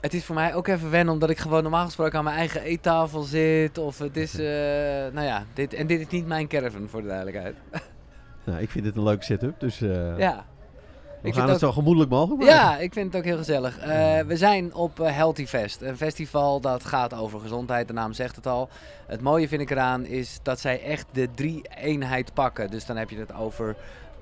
Het is voor mij ook even wennen, omdat ik gewoon normaal gesproken aan mijn eigen eettafel zit. Of het is, eh, nou ja, dit, en dit is niet mijn caravan, voor de duidelijkheid. Nou, ik vind dit een leuke setup, dus eh, Ja, we ik vind gaan het ook- zo gemoedelijk mogelijk maken. ja ik vind het ook heel gezellig. Eh, we zijn op eh, Healthy Fest, een festival dat gaat over gezondheid. De naam zegt het al. Het mooie vind ik eraan is dat zij echt de drie-eenheid pakken. Dus dan heb je het over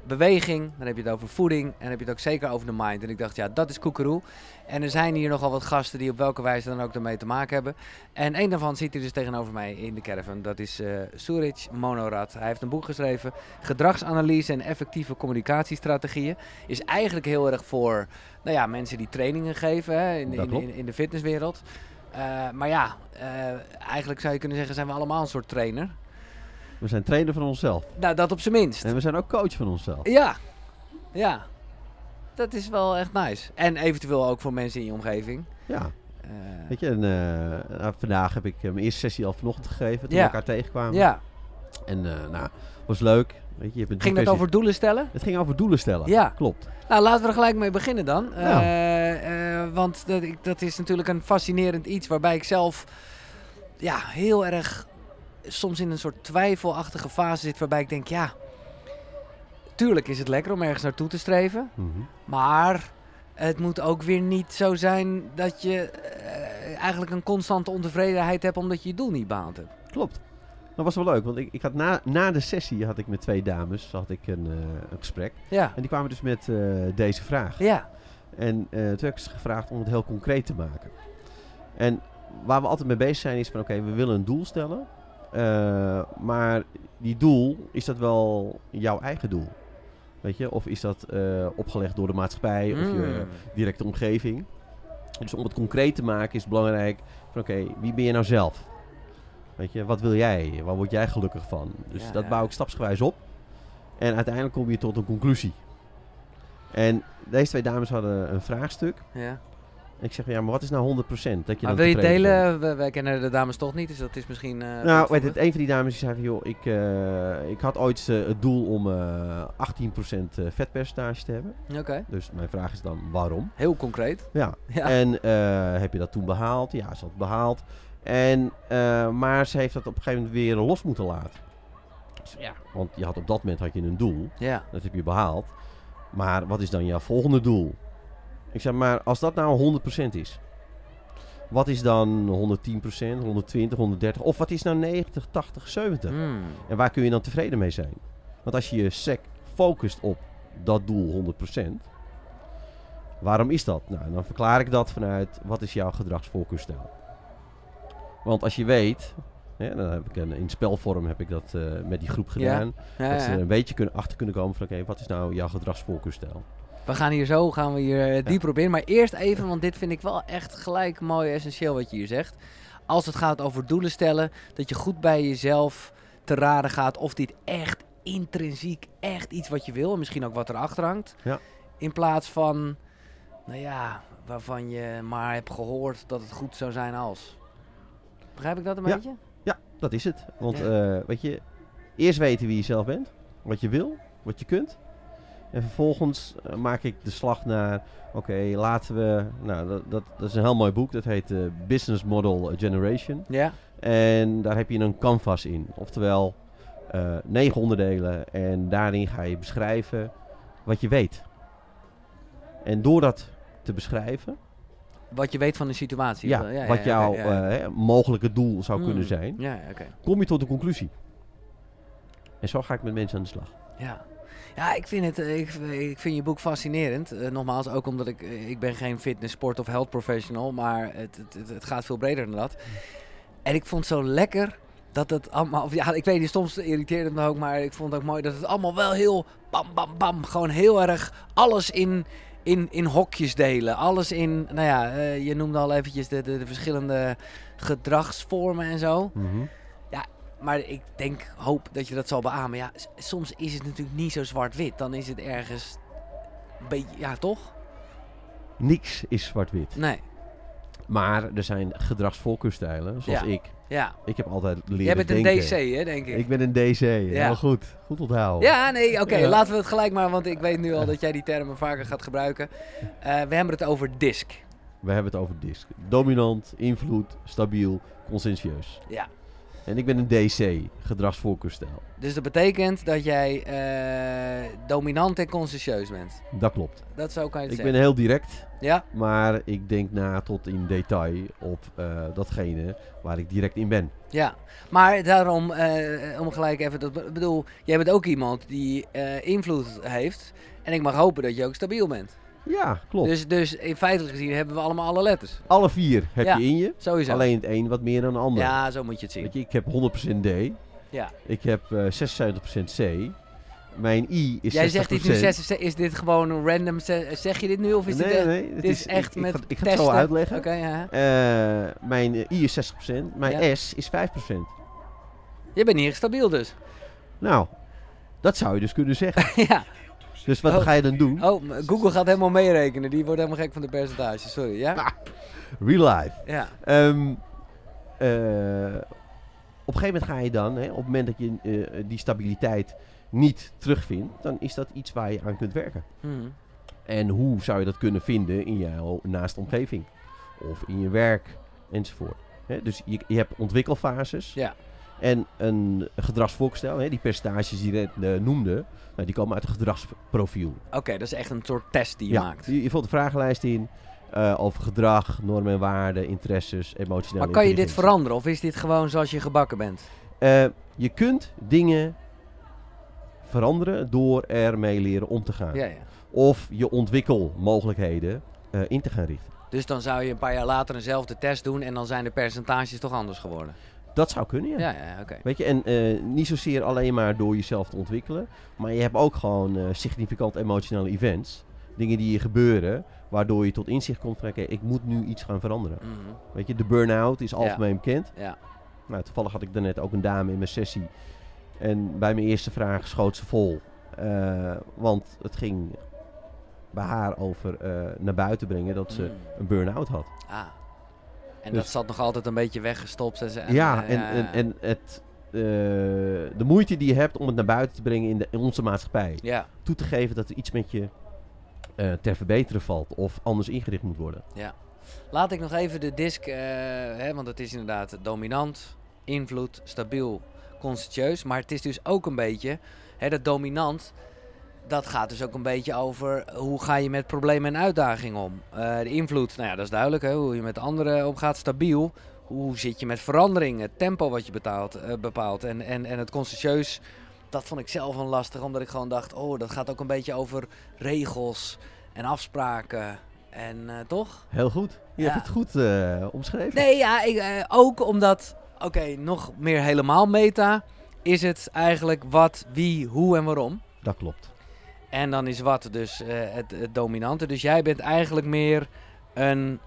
beweging, dan heb je het over voeding en dan heb je het ook zeker over de mind. En ik dacht, ja, dat is koekeroe. En er zijn hier nogal wat gasten die op welke wijze dan ook ermee te maken hebben. En een daarvan zit hier dus tegenover mij in de caravan. Dat is eh Suraj Monorat. Hij heeft een boek geschreven, Gedragsanalyse en effectieve communicatiestrategieën. Is eigenlijk heel erg voor nou ja, mensen die trainingen geven hè, in, Dat in, klopt. in, in de fitnesswereld. Eh, maar ja, eh, eigenlijk zou je kunnen zeggen, zijn we allemaal een soort trainer. We zijn trainer van onszelf. Nou, dat op zijn minst. En we zijn ook coach van onszelf. Ja, ja. Dat is wel echt nice. En eventueel ook voor mensen in je omgeving. Ja, Eh, weet je, en, eh, nou, vandaag heb ik eh, mijn eerste sessie al vanochtend gegeven, Ja. toen we elkaar tegenkwamen. ja. En eh, nou, was leuk. Weet je, je hebt Ging een dat diverse- over doelen stellen? Het ging over doelen stellen. Ja. Klopt. Nou, laten we er gelijk mee beginnen dan. Nou. Eh, eh, want dat, ik- dat is natuurlijk een fascinerend iets waarbij ik zelf ja, heel erg soms in een soort twijfelachtige fase zit. Waarbij ik denk, ja, tuurlijk is het lekker om ergens naartoe te streven. Mhm. Maar het moet ook weer niet zo zijn dat je eh, eigenlijk een constante ontevredenheid hebt omdat je je doel niet behaald hebt. Klopt. Dat was wel leuk, want ik, ik had na, na de sessie had ik met twee dames had ik een, eh, een gesprek. Ja, En die kwamen dus met eh, deze vraag. ja, En eh, toen heb ik ze gevraagd om het heel concreet te maken. En waar we altijd mee bezig zijn is van oké, we willen een doel stellen. eh, maar die doel, is dat wel jouw eigen doel? Weet je, of is dat eh, opgelegd door de maatschappij of je Mm. directe omgeving? Dus om het concreet te maken is het belangrijk van oké, wie ben je nou zelf? Weet je, wat wil jij? Waar word jij gelukkig van? Dus Ja, dat ja. bouw ik stapsgewijs op. En uiteindelijk kom je tot een conclusie. En deze twee dames hadden een vraagstuk. ja. En ik zeg, ja, maar wat is nou 100%? Dat je Maar dan wil je het tevreden bent? delen? We- Wij kennen de dames toch niet, dus dat is misschien... eh, goed Nou, voor weet het, een van die dames die zei van, joh, ik, eh, ik had ooit eh, het doel om eh 18% eh, vetpercentage te hebben. Oké, Dus mijn vraag is dan, waarom? heel concreet. Ja. Ja. En eh, heb je dat toen behaald? Ja, ze had het behaald. En, eh, maar ze heeft dat op een gegeven moment weer los moeten laten. Dus ja, want je had op dat moment had je een doel. Ja, Dat heb je behaald. Maar wat is dan jouw volgende doel? Ik zeg maar, als dat nou 100% is. Wat is dan 110%, 120, 130? Of wat is nou 90, 80, 70? Mm. En waar kun je dan tevreden mee zijn? Want als je je sec focust op dat doel 100%. Waarom is dat? Nou, dan verklaar ik dat vanuit wat is jouw gedragsvoorkeurstijl. Want als je weet, hè, dan heb ik een, in spelvorm heb ik dat eh, met die groep Ja. gedaan. Ja, Dat eh, ze ja. er een beetje kunnen, achter kunnen komen van oké, wat is nou jouw gedragsvoorkeurstijl? We gaan hier zo gaan we hier eh, dieper op in. Maar eerst even, want dit vind ik wel echt gelijk mooi essentieel wat je hier zegt. Als het gaat over doelen stellen, dat je goed bij jezelf te raden gaat of dit echt intrinsiek echt iets wat je wil. En misschien ook wat erachter hangt. Ja. In plaats van, nou ja, waarvan je maar hebt gehoord dat het goed zou zijn als. Begrijp ik dat een Ja. beetje? Dat is het. Want eh, weet je, eerst weten wie je zelf bent, wat je wil, wat je kunt. En vervolgens eh, maak ik de slag naar, oké, laten we, nou dat, dat, dat is een heel mooi boek, dat heet eh, Business Model Generation. Ja. En daar heb je een canvas in, oftewel eh, negen onderdelen. En daarin ga je beschrijven wat je weet. En door dat te beschrijven, Wat je weet van de situatie. Ja, ja, wat ja, jouw oké, ja, ja. eh, hè, mogelijke doel zou kunnen Hmm. zijn. Ja, ja, oké. Kom je tot de conclusie. En zo ga ik met mensen aan de slag. Ja. Ja, ik vind, het, eh, ik, ik vind je boek fascinerend. Eh, nogmaals, ook omdat ik, eh, ik ben geen fitness, sport of health professional, maar het, het, het, het gaat veel breder dan dat. En ik vond het zo lekker dat het allemaal, of ja, ik weet niet, soms irriteerde het me ook, maar ik vond het ook mooi dat het allemaal wel heel bam, bam, bam, gewoon heel erg alles in, in, in hokjes delen. Alles in, nou ja, eh, je noemde al eventjes de, de, de verschillende gedragsvormen en zo. Mhm. Maar ik denk, hoop dat je dat zal beamen. Ja, s- soms is het natuurlijk niet zo zwart-wit. Dan is het ergens een beetje... Ja, toch? Niks is zwart-wit. Nee. Maar er zijn gedragsvoorkeurstijlen, zoals Ja. ik. Ja. Ik heb altijd leren Jij bent een denken. DC, hè, denk ik. Ik ben een DC. Heel goed. Goed onthouden. Ja, nee, oké. Ja. Laten we het gelijk maar, want ik weet nu al dat jij die termen vaker gaat gebruiken. Eh, we hebben het over DISC. we hebben het over DISC. Dominant, invloed, stabiel, consensueus. Ja. En ik ben een DC, gedragsvoorkeurstijl. Dus dat betekent dat jij eh, dominant en consciëntieus bent. Dat klopt. Dat zo kan je het Ik ben zeggen. heel direct, Ja, maar ik denk na tot in detail op eh, datgene waar ik direct in ben. ja. Maar daarom, eh, om gelijk even... Dat, ik bedoel, jij bent ook iemand die eh, invloed heeft. En ik mag hopen dat je ook stabiel bent. Ja, klopt. Dus, dus in feitelijk gezien hebben we allemaal alle letters. Alle vier heb Ja. je in je. Sowieso. Alleen het een wat meer dan het ander. Ja, zo moet je het zien. Weet je, ik heb 100% D. Ja. Ik heb eh 76% C. Mijn I is Jij 60%. zegt dit nu, zes- is dit gewoon een random, ze- zeg je dit nu of is nee, dit echt- nee, het dit is echt ik, ik met ga, ik ga het zo testen. uitleggen. Oké, ja. Eh, mijn eh, I is 60%. Mijn Ja. S is 5%. Je bent niet echt stabiel dus. Nou, dat zou je dus kunnen zeggen. ja. Dus wat Oh. ga je dan doen? Oh, m- Google gaat helemaal meerekenen. Die wordt helemaal gek van de percentages. Sorry, ja? Real life. Ja. Ehm, eh, op een gegeven moment ga je dan, hè, op het moment dat je eh, die stabiliteit niet terugvindt, dan is dat iets waar je aan kunt werken. Hm. En hoe zou je dat kunnen vinden in jouw naaste omgeving? Of in je werk, enzovoort. Hè, dus je, je hebt ontwikkelfases. Ja. En een gedragsvoorstel, hè, die percentages die je net eh, noemde, nou, die komen uit het gedragsprofiel. Oké, dat is echt een soort test die je maakt. Je, je vult een vragenlijst in eh, over gedrag, normen en waarden, interesses, emotionele Maar kan je dit intelligentie. veranderen of is dit gewoon zoals je gebakken bent? Eh, je kunt dingen veranderen door ermee leren om te gaan. Ja, ja. Of je ontwikkelmogelijkheden eh, in te gaan richten. Dus dan zou je een paar jaar later eenzelfde test doen en dan zijn de percentages toch anders geworden. Dat zou kunnen, ja. Ja, ja, oké. Weet je, en eh, niet zozeer alleen maar door jezelf te ontwikkelen. Maar je hebt ook gewoon eh, significant emotionele events. Dingen die je gebeuren, waardoor je tot inzicht komt van... oké, ik moet nu iets gaan veranderen. Mhm. Weet je, de burn-out is algemeen bekend. Ja. Nou, toevallig had ik daarnet ook een dame in mijn sessie. En bij mijn eerste vraag schoot ze vol. Eh, want het ging bij haar over eh, naar buiten brengen dat ze Mhm. een burn-out had. Ah. En Dus- dat zat nog altijd een beetje weggestopt. En, ze- en, ja, eh, en, en, en het, eh, de moeite die je hebt om het naar buiten te brengen in, de, in onze maatschappij. Ja, Toe te geven dat er iets met je eh, ter verbeteren valt of anders ingericht moet worden. laat ik nog even de disc, eh, hè, want het is inderdaad dominant, invloed, stabiel, consciëntieus. Maar het is dus ook een beetje, hè, dat dominant, dat gaat dus ook een beetje over hoe ga je met problemen en uitdagingen om. Eh, de invloed, nou ja, dat is duidelijk, hè, hoe je met anderen omgaat, stabiel. Hoe zit je met verandering, het tempo wat je betaalt, eh, bepaalt en, en, en het consciëntieus. Dat vond ik zelf een lastig, omdat ik gewoon dacht, oh, dat gaat ook een beetje over regels en afspraken. En eh, toch? Heel goed. Je Ja. hebt het goed eh, omschreven. Nee, ja, ik, eh, ook omdat, oké, nog meer helemaal meta is het eigenlijk wat, wie, hoe en waarom. Dat klopt. En dan is wat dus eh, het, het dominante. Dus jij bent eigenlijk meer een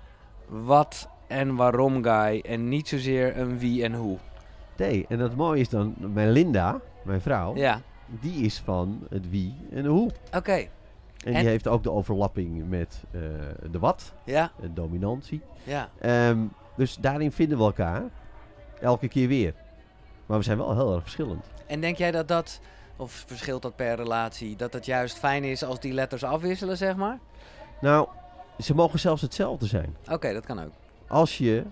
wat en waarom guy en niet zozeer een wie en hoe. Nee, en dat mooie is dan, mijn Linda, mijn vrouw, Ja, die is van het wie en de hoe. oké. En, En- die heeft ook de overlapping met eh, de wat, Ja, de dominantie. ja. Ehm, dus daarin vinden we elkaar elke keer weer. Maar we zijn wel heel erg verschillend. En denk jij dat dat, of verschilt dat per relatie, dat het juist fijn is als die letters afwisselen, zeg maar? Nou, ze mogen zelfs hetzelfde zijn. Oké, dat kan ook. Als je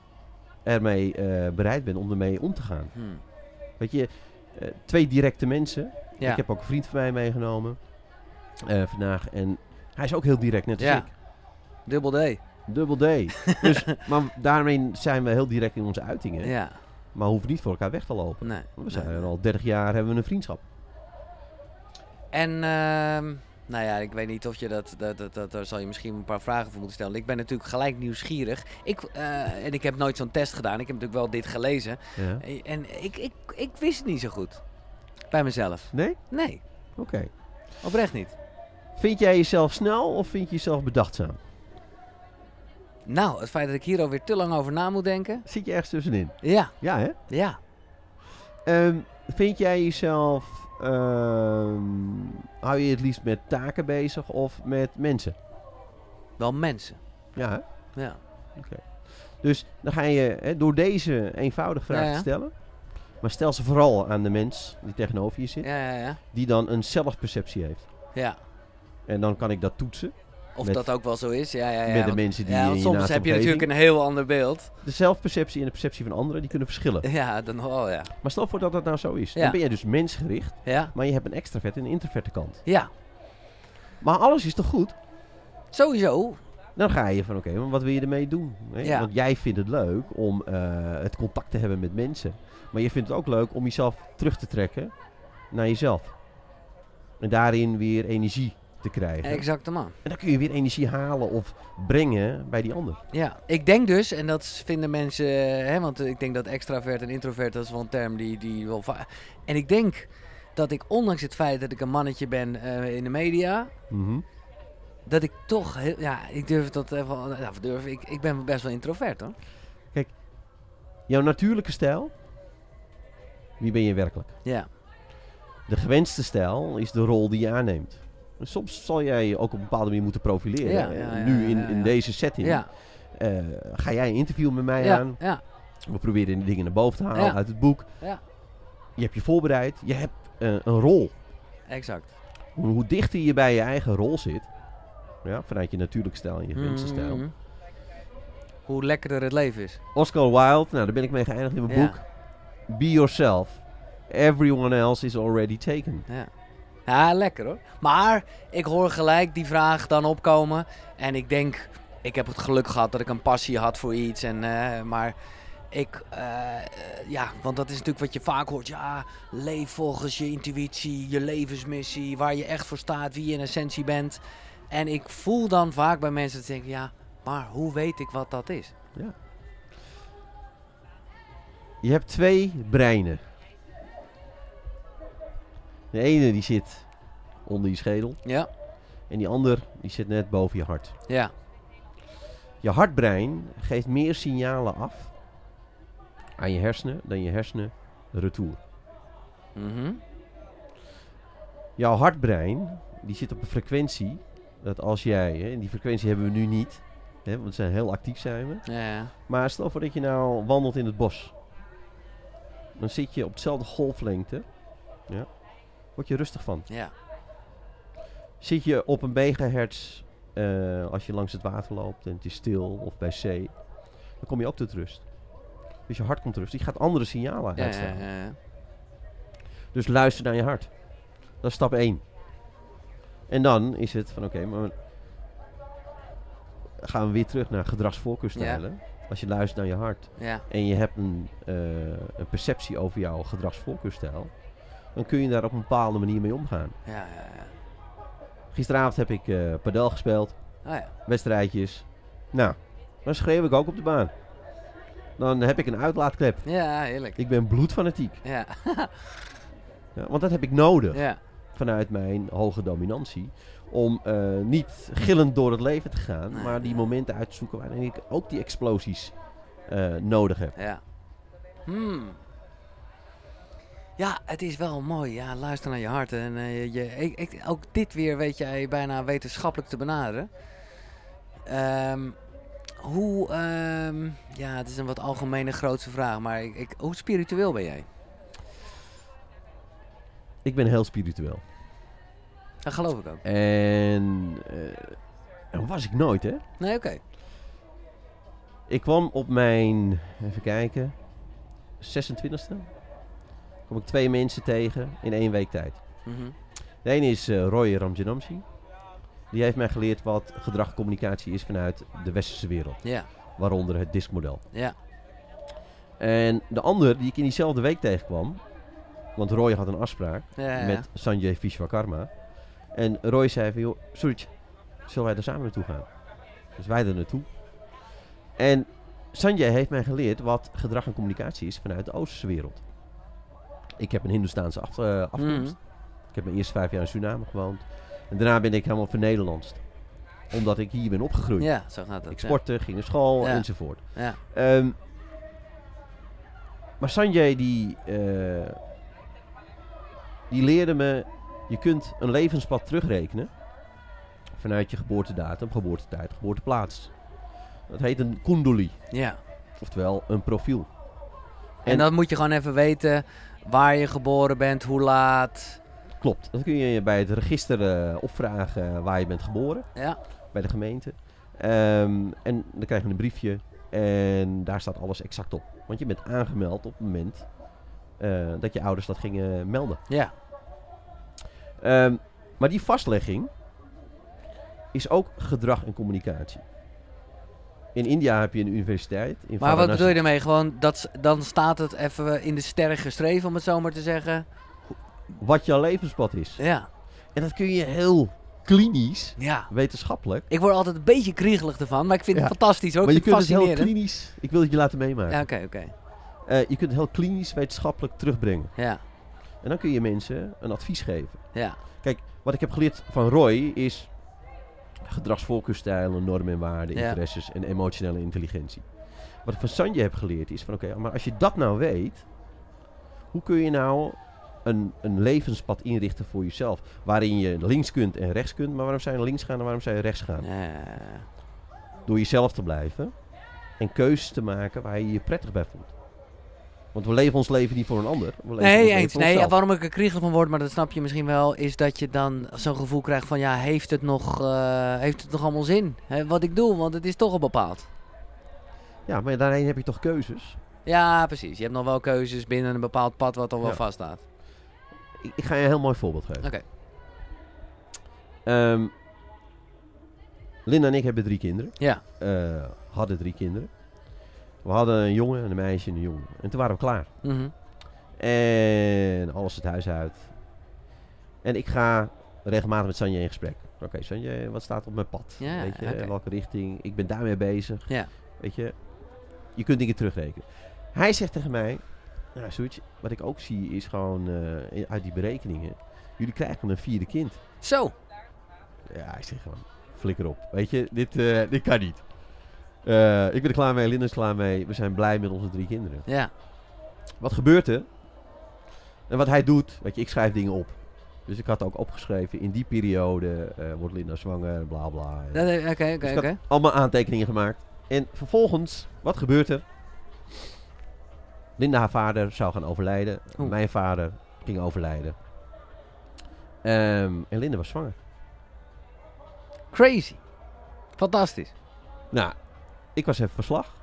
ermee eh, bereid bent om ermee om te gaan. Hmm. Weet je, eh, twee directe mensen. Ja. Ik heb ook een vriend van mij meegenomen eh, vandaag. En hij is ook heel direct, net als Ja. ik. Dubbel D. Dubbel D. dus, maar daarmee zijn we heel direct in onze uitingen. Ja, Maar hoeven niet voor elkaar weg te lopen. nee. Oh, We zijn nee. er al 30 jaar, hebben we een vriendschap. En ehm, nou ja, ik weet niet of je dat, dat, dat, dat- daar zal je misschien een paar vragen voor moeten stellen. Ik ben natuurlijk gelijk nieuwsgierig. Ik, eh, en ik heb nooit zo'n test gedaan. Ik heb natuurlijk wel dit gelezen. Ja. En ik, ik, ik wist het niet zo goed. Bij mezelf. Nee? Nee, Oké. oprecht niet. Vind jij jezelf snel of vind je jezelf bedachtzaam? Nou, het feit dat ik hier alweer te lang over na moet denken. Zit je ergens tussenin? Ja, Ja, hè? ja. Ehm, vind jij jezelf... ehm, hou je het liefst met taken bezig of met mensen? Wel mensen. Ja, hè? Ja. Dus dan ga je hè, door deze eenvoudige vraag Ja, ja. te stellen... Maar stel ze vooral aan de mens die tegenover je zit... Ja, ja, ja. die dan een zelfperceptie heeft. Ja, En dan kan ik dat toetsen. Of Met- dat ook wel zo is. Ja, ja, ja. met de want- mensen die ja, in want je soms naaste heb je omgeving- natuurlijk een heel ander beeld. De zelfperceptie en de perceptie van anderen, die kunnen verschillen. Ja, dan wel, ja. Maar stel voor dat dat nou zo is. Ja. Dan ben je dus mensgericht, Ja, maar je hebt een extraverte en een introverte kant. ja. Maar alles is toch goed? sowieso. Dan ga je van, oké, maar wat wil je ermee doen? Hè? Ja. Want jij vindt het leuk om eh, het contact te hebben met mensen. Maar je vindt het ook leuk om jezelf terug te trekken naar jezelf. En daarin weer energie te krijgen. Exact, man. en dan kun je weer energie halen of brengen bij die ander. Ja, ik denk dus, en dat vinden mensen, hè, want ik denk dat extravert en introvert, dat is wel een term die, die wel va- En ik denk dat ik, ondanks het feit dat ik een mannetje ben eh, in de media, Mhm. dat ik toch, heel, ja, ik durf dat even, nou, durf, ik, ik ben best wel introvert hoor. Jouw natuurlijke stijl, wie ben je werkelijk? Ja, De gewenste stijl is de rol die je aanneemt. En soms zal jij je ook op een bepaalde manier moeten profileren. Ja, ja, ja, nu in, ja, in ja. deze setting ja, eh, ga jij een interview met mij ja, aan. ja, We proberen de dingen naar boven te halen Ja. uit het boek. Ja. Je hebt je voorbereid. Je hebt eh, een rol. exact. Hoe, hoe dichter je bij je eigen rol zit, ja, vanuit je natuurlijke stijl en je gewenste stijl. Mhm. Hoe lekkerder het leven is. Oscar Wilde, nou daar ben ik mee geëindigd in mijn Ja. boek. Be yourself. Everyone else is already taken. Ja. ja, lekker hoor. Maar ik hoor gelijk die vraag dan opkomen. En ik denk, ik heb het geluk gehad dat ik een passie had voor iets. En, eh, maar ik, eh, eh, ja, want dat is natuurlijk wat je vaak hoort. Ja, leef volgens je intuïtie, je levensmissie, waar je echt voor staat, wie je in essentie bent. En ik voel dan vaak bij mensen dat ze denken, ja, maar hoe weet ik wat dat is? Je hebt twee breinen. De ene die zit onder je schedel Ja, en die ander die zit net boven je hart. ja, Je hartbrein geeft meer signalen af aan je hersenen dan je hersenen retour. mhm, Jouw hartbrein die zit op een frequentie dat als jij, hè, en die frequentie hebben we nu niet, hè, want we zijn heel actief zijn we. ja, ja. Maar stel voor dat je nou wandelt in het bos. Dan zit je op dezelfde golflengte. Ja. Word je rustig van. ja. Zit je op een megahertz eh, als je langs het water loopt en het is stil of bij zee. Dan kom je ook tot rust. Dus je hart komt tot rust. Die gaat andere signalen ja, uitstralen. ja, ja, ja. Dus luister naar je hart. Dat is stap 1. En dan is het van oké, maar gaan we weer terug naar gedragsvoorkeurstijlen. Als je luistert naar je hart ja. en je hebt een, eh, een perceptie over jouw gedragsvoorkeurstijl, dan kun je daar op een bepaalde manier mee omgaan. ja, ja, ja. Gisteravond heb ik eh padel gespeeld, Oh ja. wedstrijdjes. Nou, dan schreeuw ik ook op de baan. Dan heb ik een uitlaatklep. Ja, heerlijk. Ik ben bloedfanatiek. Ja, Ja, want dat heb ik nodig ja, vanuit mijn hoge dominantie. Om eh, niet gillend door het leven te gaan, Nee, maar die ja. momenten uit te zoeken waarin ik ook die explosies eh, nodig heb. ja. Hmm. Ja, het is wel mooi. Ja, luister naar je hart. En eh, je, ik, ik- ook dit weer weet jij bijna wetenschappelijk te benaderen. Ehm, hoe, ehm, ja, het is een wat algemene grootste vraag, maar ik, ik, hoe spiritueel ben jij? Ik ben heel spiritueel. Dat geloof ik ook. En eh, dat was ik nooit, hè? Nee, oké. Ik kwam op mijn, even kijken, 26e. Kom ik twee mensen tegen in één week tijd. Mhm. De ene is eh, Roy Ramjanamsi. Die heeft mij geleerd wat gedragcommunicatie is vanuit de westerse wereld. Ja, Waaronder het DISC-model. ja, En de ander die ik in diezelfde week tegenkwam. Want Roy had een afspraak ja, ja. met Sanjay Vishwakarma. En Roy zei van, joh, Suraj, zullen wij daar samen naartoe gaan? Dus wij er naartoe. En Sanjay heeft mij geleerd wat gedrag en communicatie is vanuit de Oosterse wereld. Ik heb een Hindoestaanse af, eh, Mm. afkomst. Ik heb mijn eerste vijf jaar in Suriname gewoond. En daarna ben ik helemaal vernederlandst. Omdat ik hier ben opgegroeid. ja, zo gaat dat. Ik ja. sportte, ging naar school Ja. enzovoort. Ja. Ehm, maar Sanjay die, eh, die leerde me, je kunt een levenspad terugrekenen vanuit je geboortedatum, geboortetijd, geboorteplaats. Dat heet een kundali, ja. oftewel een profiel. En, En- dan moet je gewoon even weten waar je geboren bent, hoe laat. Klopt, dat kun je bij het register eh, opvragen waar je bent geboren. Ja, bij de gemeente. Ehm, en dan krijg je een briefje en daar staat alles exact op. Want je bent aangemeld op het moment eh, dat je ouders dat gingen melden. Ja. Ehm, maar die vastlegging is ook gedrag en communicatie. In India heb je een universiteit. In Maar wat Varanasi. bedoel je daarmee? Gewoon, dat, s- dan staat het even in de sterren geschreven, om het zo maar te zeggen. Wat jouw levenspad is. Ja. En dat kun je heel klinisch, Ja. wetenschappelijk. Ik word altijd een beetje kriegelig ervan, maar ik vind Ja. het fantastisch hoor. maar je ik vind kunt het het heel fascinerend. klinisch. Ik wil het je laten meemaken. ja, oké, oké. Eh, je kunt het heel klinisch, wetenschappelijk terugbrengen. Ja. En dan kun je mensen een advies geven. Ja. Kijk, wat ik heb geleerd van Roy is gedragsvoorkeurstijlen, normen en waarden, Ja. interesses en emotionele intelligentie. Wat ik van Sanje heb geleerd is van oké, maar als je dat nou weet, hoe kun je nou een, een levenspad inrichten voor jezelf? Waarin je links kunt en rechts kunt, maar waarom zou je links gaan en waarom zou je rechts gaan? Eh, Door jezelf te blijven en keuzes te maken waar je je prettig bij voelt. Want we leven ons leven niet voor een ander. We leven ons Nee, leven eens. voor Nee, onszelf. waarom ik er kriegelig van word, maar dat snap je misschien wel, is dat je dan zo'n gevoel krijgt van ja, heeft het nog, eh, heeft het nog allemaal zin? Hè, wat ik doe, want het is toch al bepaald. Ja, maar daarheen heb je toch keuzes? Ja, precies. Je hebt nog wel keuzes binnen een bepaald pad wat al wel Ja. vaststaat. Ik, ik ga je een heel mooi voorbeeld geven. Oké. Ehm, Linda en ik hebben drie kinderen. Ja. Eh, hadden drie kinderen. We hadden een jongen, en een meisje en een jongen. En toen waren we klaar. Mhm. En alles het huis uit. En ik ga regelmatig met Sanje in gesprek. Oké, Sanje, wat staat op mijn pad? Ja, Weet je, oké. welke richting? Ik ben daarmee bezig. Ja. Weet je, je kunt dingen terugrekenen. Hij zegt tegen mij, nou Soetje, wat ik ook zie is gewoon eh, in- uit die berekeningen. Jullie krijgen een vierde kind. Zo. Ja, ik zeg gewoon, flikker op. Weet je, dit, eh, dit kan niet. Eh, ik ben er klaar mee, Linda is er klaar mee. We zijn blij met onze drie kinderen. Ja. Wat gebeurt er? En wat hij doet, weet je, ik schrijf dingen op. Dus ik had ook opgeschreven, in die periode eh, wordt Linda zwanger, bla bla. Dat- eh, Oké, Dus oké, ik had oké. allemaal aantekeningen gemaakt. En vervolgens, wat gebeurt er? Linda, haar vader, zou gaan overlijden. Oeh. Mijn vader ging overlijden. Ehm, en Linda was zwanger. Crazy. Fantastisch. Nou, ik was even verslag.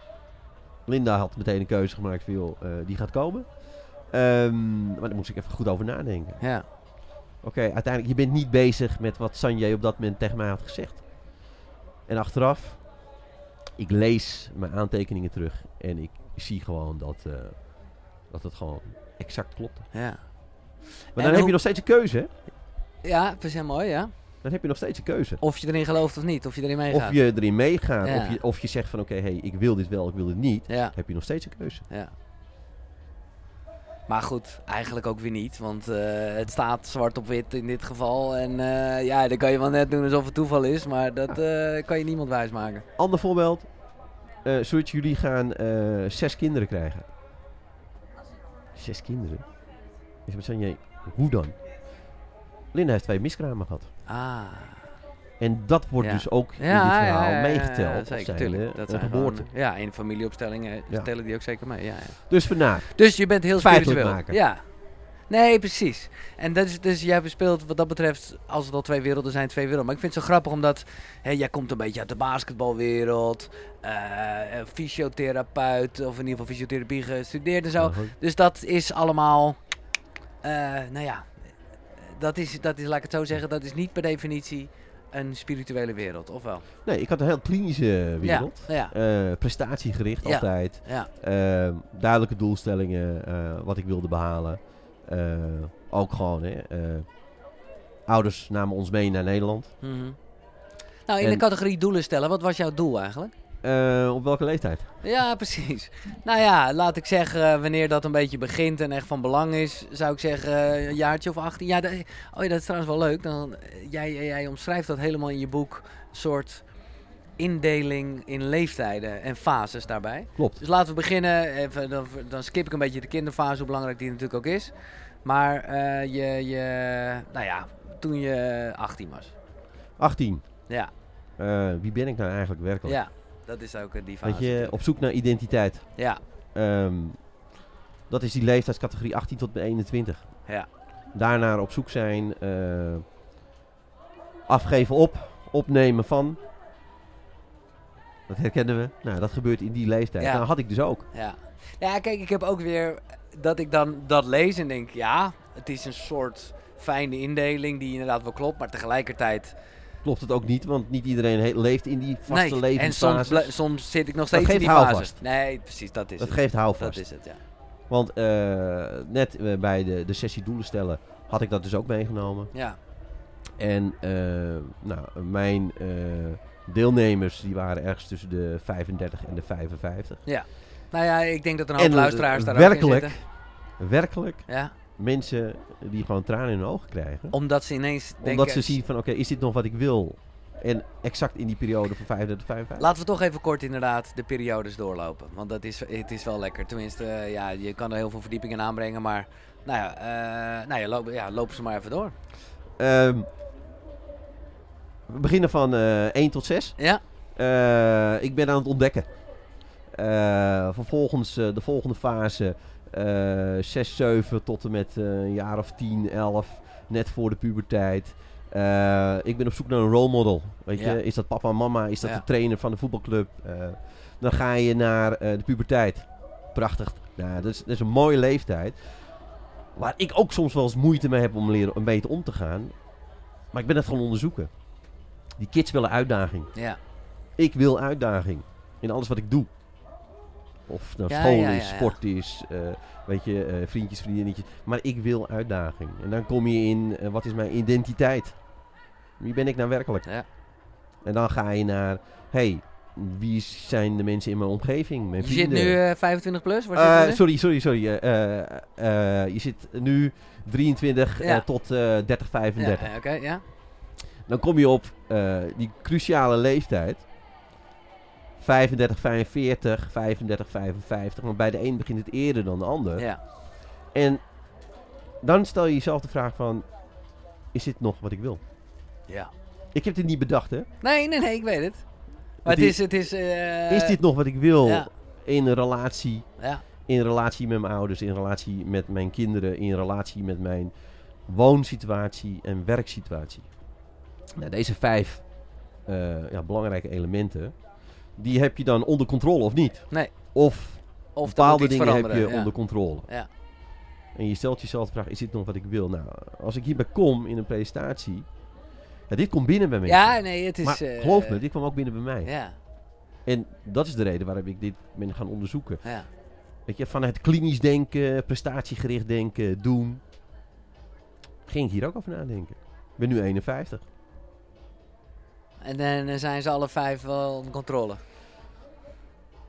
Linda had meteen een keuze gemaakt van, joh, eh, die gaat komen. Ehm, maar daar moest ik even goed over nadenken. Ja. Oké, uiteindelijk, je bent niet bezig met wat Sanjay op dat moment tegen mij had gezegd. En achteraf, ik lees mijn aantekeningen terug en ik zie gewoon dat, eh, dat het gewoon exact klopte. Ja. Maar En dan heb hoe- je nog steeds een keuze, hè? Ja, dat is heel mooi, ja. Dan heb je nog steeds een keuze. Of je erin gelooft of niet, of je erin meegaat. Of je erin meegaat, Ja. of, je, of je zegt van oké, hey, ik wil dit wel, ik wil dit niet. Ja. Heb je nog steeds een keuze. Maar goed, eigenlijk ook weer niet, want eh, het staat zwart op wit in dit geval. En eh, ja, dan kan je wel net doen alsof het toeval is, maar dat eh, kan je niemand wijsmaken. Ander voorbeeld. Eh Sjoerd, jullie gaan eh, zes kinderen krijgen. Zes kinderen? Ik zeg, maar, Sanjay, hoe dan? Linda heeft twee miskramen gehad. Ah. En dat wordt Ja. dus ook in dit verhaal meegeteld. als zeker, zijnde tuurlijk. Dat een zijn geboorte. gewoon- ja, in familieopstellingen Ja. stellen die ook zeker mee. Ja, ja. Dus vandaag. Dus je bent heel Feitelijk spiritueel. maken. Ja. Nee, precies. En dat is, dus jij bespeelt wat dat betreft, als het al twee werelden zijn, twee werelden. Maar ik vind het zo grappig omdat hè, jij komt een beetje uit de basketbalwereld, eh, eh, fysiotherapeut, of in ieder geval fysiotherapie gestudeerd en zo. Nou, Dus dat is allemaal, eh, nou ja, dat is, dat is, laat ik het zo zeggen, dat is niet per definitie een spirituele wereld, of wel? nee, ik had een heel klinische wereld. Ja, ja, Eh, prestatiegericht Ja. altijd. ja. Eh, duidelijke doelstellingen, eh, wat ik wilde behalen. Eh, ook gewoon, hè. eh, ouders namen ons mee naar Nederland. mhm. Nou, in En- de categorie doelen stellen, wat was jouw doel eigenlijk? Eh, op welke leeftijd? Ja, precies. Nou ja, laat ik zeggen, eh, wanneer dat een beetje begint en echt van belang is, zou ik zeggen eh, een jaartje of 18. Ja, dat, oh ja, dat is trouwens wel leuk. Dan, eh, jij, jij, jij omschrijft dat helemaal in je boek, een soort indeling in leeftijden en fases daarbij. Klopt. Dus laten we beginnen, even, dan, dan skip ik een beetje de kinderfase, hoe belangrijk die natuurlijk ook is. Maar eh, je, je, nou ja, toen je 18 was. 18. Ja. Eh, wie ben ik nou eigenlijk werkelijk? Ja, dat is ook eh, die fase. Weet je, natuurlijk. op zoek naar identiteit. Ja, Ehm, dat is die leeftijdscategorie 18 tot bij 21. Ja. Daarna op zoek zijn, eh, afgeven op, opnemen van, Dat herkennen we. Nou, dat gebeurt in die leeftijd. Ja. Nou, had ik dus ook. Ja. Nou ja, kijk, ik heb ook weer dat ik dan dat lees en denk, ja, het is een soort fijne indeling die inderdaad wel klopt, maar tegelijkertijd... Klopt het ook niet, want niet iedereen he- leeft in die vaste nee, en levensfase. soms, ble- soms zit ik nog steeds in geeft die fase. houvast. Nee, precies, dat is dat het. geeft dat houvast. is het, ja. Want eh, net eh, bij de, de sessie doelen stellen had ik dat dus ook meegenomen. Ja, En eh, nou, mijn eh, deelnemers die waren ergens tussen de 35 en de 55. nou ja, ik denk dat er een En eh, hoop luisteraars daar ook in werkelijk, zitten. werkelijk Ja, mensen die gewoon tranen in hun ogen krijgen. omdat ze ineens denken... omdat ze zien van oké, is dit nog wat ik wil? En exact in die periode van 35 55. Laten we toch even kort inderdaad de periodes doorlopen. Want dat is, het is wel lekker. Tenminste, eh, ja, je kan er heel veel verdieping in aanbrengen. Maar nou ja, eh, nou ja, loop, ja loop ze maar even door. Ehm, we beginnen van eh 1 tot 6. Ja, Eh, ik ben aan het ontdekken. Eh, vervolgens eh, de volgende fase, eh 6, 7 tot en met eh, een jaar of 10, 11, net voor de puberteit. Eh, ik ben op zoek naar een role model. Weet Ja. je? Is dat papa en mama? Is dat Ja. de trainer van de voetbalclub? Eh, dan ga je naar eh, de puberteit. Prachtig. Nou, dat, is, dat is een mooie leeftijd. Waar ik ook soms wel eens moeite mee heb om leren, om beter om te gaan. Maar ik ben dat gewoon onderzoeken. Die kids willen uitdaging. ja. Ik wil uitdaging. In alles wat ik doe. Of het nou Ja, school ja, ja, is, ja. sport is, eh, weet je, eh, vriendjes, vriendinnetjes. Maar ik wil uitdaging. En dan kom je in, eh, wat is mijn identiteit? Wie ben ik nou werkelijk? Ja. En dan ga je naar, hey, wie zijn de mensen in mijn omgeving? Mijn Je zit vrienden? nu eh, 25 plus? Waar Eh, zit je nu? sorry, sorry, sorry. eh, eh, eh, je zit nu 23 eh, Ja. tot eh 30, 35. Ja, eh, Oké, ja. Dan kom je op eh, die cruciale leeftijd. 35, 45, 35, 55. Want bij de een begint het eerder dan de ander. ja. En dan stel je jezelf de vraag van... Is dit nog wat ik wil? ja. Ik heb dit niet bedacht, hè? Nee, nee, nee, ik weet het. Maar het Die- is... Het is, eh, is dit nog wat ik wil ja. in een relatie? Ja, In relatie met mijn ouders, in relatie met mijn kinderen, in relatie met mijn woonsituatie en werksituatie. Nou, deze vijf eh, ja, belangrijke elementen, die heb je dan onder controle of niet? Nee. Of, of er bepaalde moet iets dingen heb veranderen, je ja. onder controle. Ja. En je stelt jezelf de vraag, is dit nog wat ik wil? Nou, als ik hierbij kom in een presentatie, ja, dit komt binnen bij mensen. Ja, nee, het is... maar eh, geloof me, dit kwam ook binnen bij mij. Ja, En dat is de reden waarom ik dit ben gaan onderzoeken. ja. Weet je, vanuit klinisch denken, prestatiegericht denken, doen. Ging ik hier ook over nadenken. Ik ben nu 51. En dan eh, zijn ze alle vijf wel onder controle.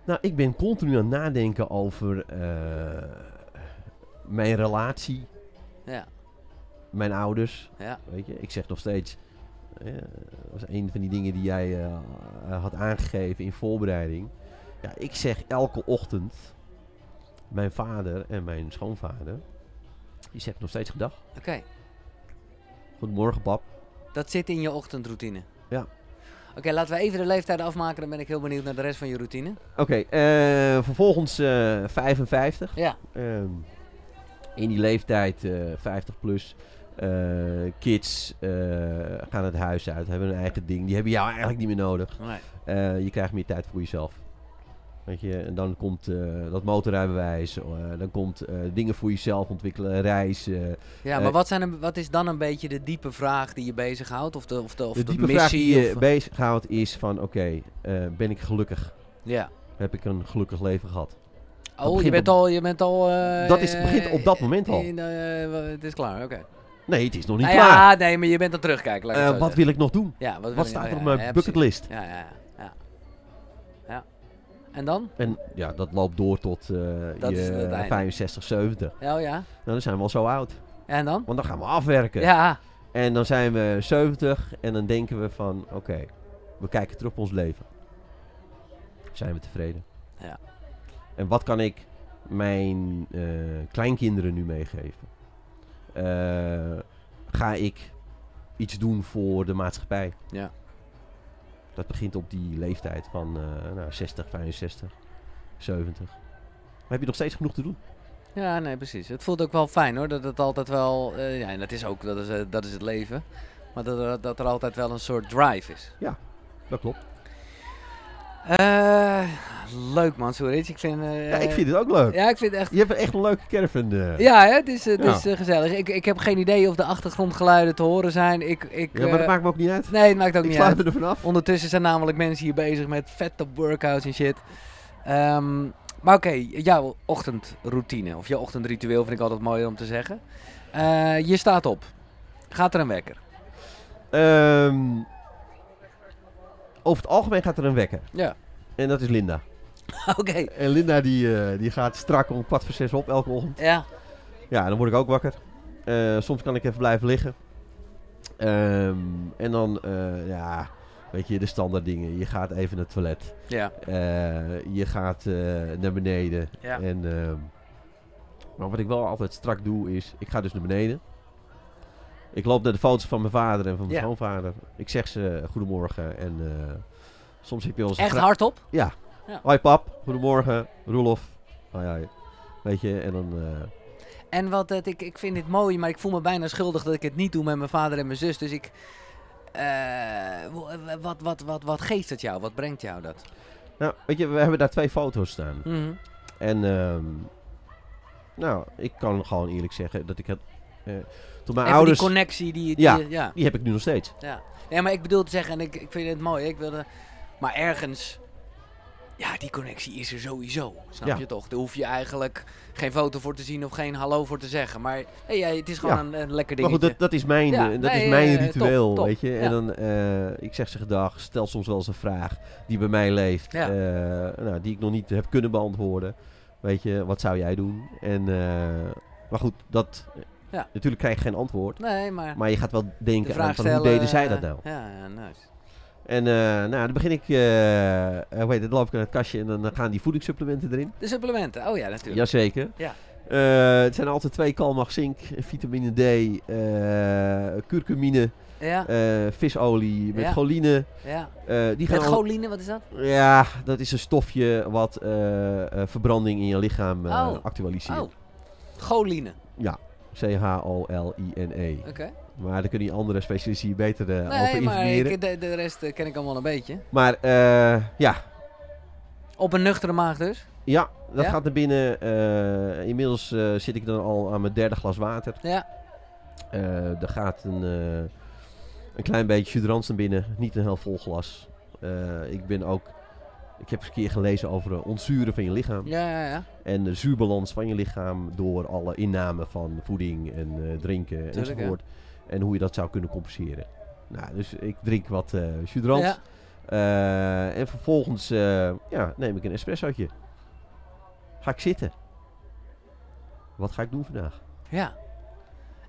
Nou, ik ben continu aan het nadenken over eh, mijn relatie, Ja, mijn ouders. ja. Weet je, ik zeg nog steeds. eh, Dat was een van die dingen die jij eh, had aangegeven in voorbereiding. Ja, ik zeg elke ochtend. Mijn vader en mijn schoonvader. Die zegt nog steeds gedag. Oké. Goedemorgen, pap. Dat zit in je ochtendroutine. Ja. Oké, laten we even de leeftijden afmaken. Dan ben ik heel benieuwd naar de rest van je routine. Oké, eh, vervolgens eh, 55. Ja. Ehm, in die leeftijd eh, 50 plus. eh, kids eh, gaan het huis uit, hebben hun eigen ding. Die hebben jou eigenlijk niet meer nodig. Nee. Eh, je krijgt meer tijd voor jezelf. Weet je, en dan komt eh, dat motorrijbewijs. eh, dan komt eh, dingen voor jezelf ontwikkelen, reizen. Ja, Eh, maar wat, zijn, een- wat is dan een beetje de diepe vraag die je bezighoudt? Of de, of de, of de de, diepe missie? vraag die je of- bezighoudt is van... Oké, eh, ben ik gelukkig? ja. Heb ik een gelukkig leven gehad? Oh, je begint bent op- al... Je bent al eh, Dat is- begint op dat moment al. in, eh, w- het is klaar, oké. Nee, het is nog niet Nou klaar. Ja, nee, maar je bent aan het terugkijken. laat ik Eh, het zo wat zeggen. wil ik nog doen? ja, wat, wil Wat je- staat ja, er op ja, mijn ja, precies. bucketlist? Ja, ja, ja. Ja. En dan? En ja, dat loopt door tot eh, Dat is het je einde. 65, 70. Nou, Oh ja. dan zijn we al zo oud. En dan? Want dan gaan we afwerken. Ja. En dan zijn we 70 en dan denken we van, oké, we kijken terug op ons leven. Zijn we tevreden? Ja. En wat kan ik mijn eh, kleinkinderen nu meegeven? Eh, ga ik iets doen voor de maatschappij? Ja. Dat begint op die leeftijd van eh, nou, 60, 65, 70. Maar heb je nog steeds genoeg te doen? Ja, nee, precies. Het voelt ook wel fijn hoor, dat het altijd wel... eh, ja, en dat is ook, dat is, eh, dat is het leven. Maar dat er, dat er altijd wel een soort drive is. Dat klopt. Eh, leuk man, Soerits. Ik vind... eh, ja, ik vind het ook leuk. Ja, ik vind het echt... Je hebt echt een leuke caravan. eh. Ja, hè, het is, eh, het Ja. is eh, gezellig. Ik, ik heb geen idee of de achtergrondgeluiden te horen zijn. Ik, ik, Ja, maar eh, dat maakt me ook niet uit. Nee, het maakt ook ik niet sluit uit. me er vanaf. Ondertussen zijn namelijk mensen hier bezig met vette workouts en shit. Ehm, maar oké, jouw ochtendroutine of jouw ochtendritueel vind ik altijd mooier om te zeggen. Eh, je staat op. Gaat er een wekker? Ehm, over het algemeen gaat er een wekker. Ja. En dat is Linda. Oké. En Linda die, eh, die gaat strak om kwart voor zes op elke ochtend. Ja. Ja, dan word ik ook wakker. Eh, soms kan ik even blijven liggen. Ehm, en dan, eh, ja, weet je, de standaard dingen. Je gaat even naar het toilet. Ja. Eh, je gaat eh, naar beneden. Ja. En, ehm, maar wat ik wel altijd strak doe is, ik ga dus naar beneden. Ik loop naar de foto's van mijn vader en van mijn Ja. schoonvader. Ik zeg ze goedemorgen en eh, soms heb je wel eens een Echt vra- hardop? Ja. Ja. Hoi pap, goedemorgen, Roelof. Hoi hoi. Weet je, en dan... eh, En wat het, ik, ik vind dit mooi, maar ik voel me bijna schuldig dat ik het niet doe met mijn vader en mijn zus. Dus ik. eh, w- wat, wat, wat, wat geeft het jou? Wat brengt jou dat? nou, weet je, we hebben daar twee foto's staan. Mhm. En ehm, nou, ik kan gewoon eerlijk zeggen dat ik het... eh, toen mijn Even ouders... die connectie die. die Ja. ja. die heb ik nu nog steeds. Ja. Nee, maar ik bedoel te zeggen, en ik, ik vind het mooi, ik wilde... Maar ergens... Ja, die connectie is er sowieso. Snap Ja. je toch? Daar hoef je eigenlijk geen foto voor te zien of geen hallo voor te zeggen. Maar hey, ja, het is gewoon Ja. een, een lekker Maar dingetje. goed, dat, dat is mijn, Ja, eh, dat nee, is mijn eh, top, ritueel, top, weet je. ja. En dan, eh, ik zeg ze gedag, stel soms wel eens een vraag die bij mij leeft, Ja. eh, nou, die ik nog niet heb kunnen beantwoorden. Weet je, wat zou jij doen? En, eh, maar goed, dat, eh, Ja. natuurlijk krijg je geen antwoord. Nee, maar... Maar je gaat wel de denken vraag aan van, stellen, hoe deden zij dat eh, nou? Ja, ja, nice. En eh, nou, dan begin ik, eh, eh, hoe heet het, dan loop ik naar het kastje en dan eh, gaan die voedingssupplementen erin. De supplementen, oh ja, natuurlijk. Jazeker. Ja. Eh, het zijn altijd twee, kalmag, zink, vitamine D, eh curcumine, Ja, eh, visolie met Ja. choline. ja. Eh, die gaan Met al- choline, wat is dat? Ja, dat is een stofje wat eh, eh, verbranding in je lichaam eh, Oh. actualiseert. Oh, choline. C-H-O-L-I-N-E. Oké. E. Maar daar kunnen die andere specialisten hier beter eh, over Nee, maar informeren. ik, de, de rest eh, ken ik allemaal een beetje. Maar eh, ja, Op een nuchtere maag dus? Ja, dat Ja? gaat naar binnen. Eh, inmiddels eh, zit ik dan al aan mijn derde glas water. Ja. Eh, er gaat een, eh, een klein beetje sudrans naar binnen. Niet een heel vol glas. Eh, ik ben ook... Ik heb eens een keer gelezen over eh, ontzuren van je lichaam. Ja, ja, ja. En de zuurbalans van je lichaam door alle inname van voeding en eh, drinken hè. enzovoort. En hoe je dat zou kunnen compenseren. Nou, dus ik drink wat eh sudrans. Ja. Eh, en vervolgens eh, ja, neem ik een espressootje. Ga ik zitten. Wat ga ik doen vandaag? Ja.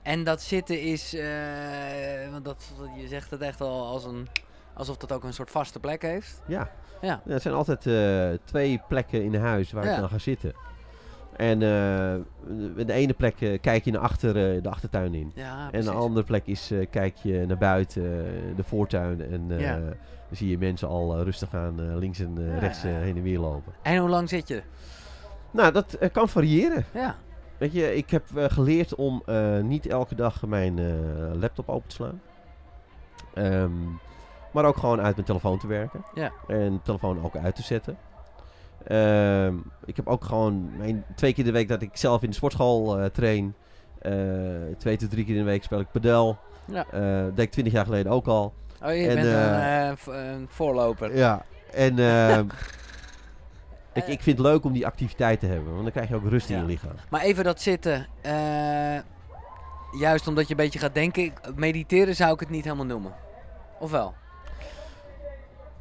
En dat zitten is, eh, want dat, je zegt het echt al als een, alsof dat ook een soort vaste plek heeft. Ja. Ja. Er zijn altijd eh, twee plekken in huis waar Ja. ik dan ga zitten. En eh, de de ene plek eh, kijk je naar achter, eh, de achtertuin in. Ja, en de precies. andere plek is eh, kijk je naar buiten, eh, de voortuin. En eh, Ja. dan zie je mensen al eh, rustig aan eh, links en eh, Ja, rechts ja. eh, heen en weer lopen. En hoe lang zit je? Nou, dat eh, kan variëren. Ja. Weet je, ik heb eh, geleerd om eh, niet elke dag mijn eh, laptop open te slaan. Ehm, maar ook gewoon uit mijn telefoon te werken. Ja. En telefoon ook uit te zetten. Ehm, ik heb ook gewoon mijn, twee keer de week dat ik zelf in de sportschool eh, train. Eh, twee tot drie keer in de week speel ik padel. Ja. Eh, dat deed ik twintig jaar geleden ook al. Oh, je En, bent een, eh, eh, v- een voorloper. Ja. En ehm, ik, ik vind het leuk om die activiteit te hebben. Want dan krijg je ook rust in Ja. je lichaam. Maar even dat zitten, eh, juist omdat je een beetje gaat denken, ik- mediteren zou ik het niet helemaal noemen. Of wel?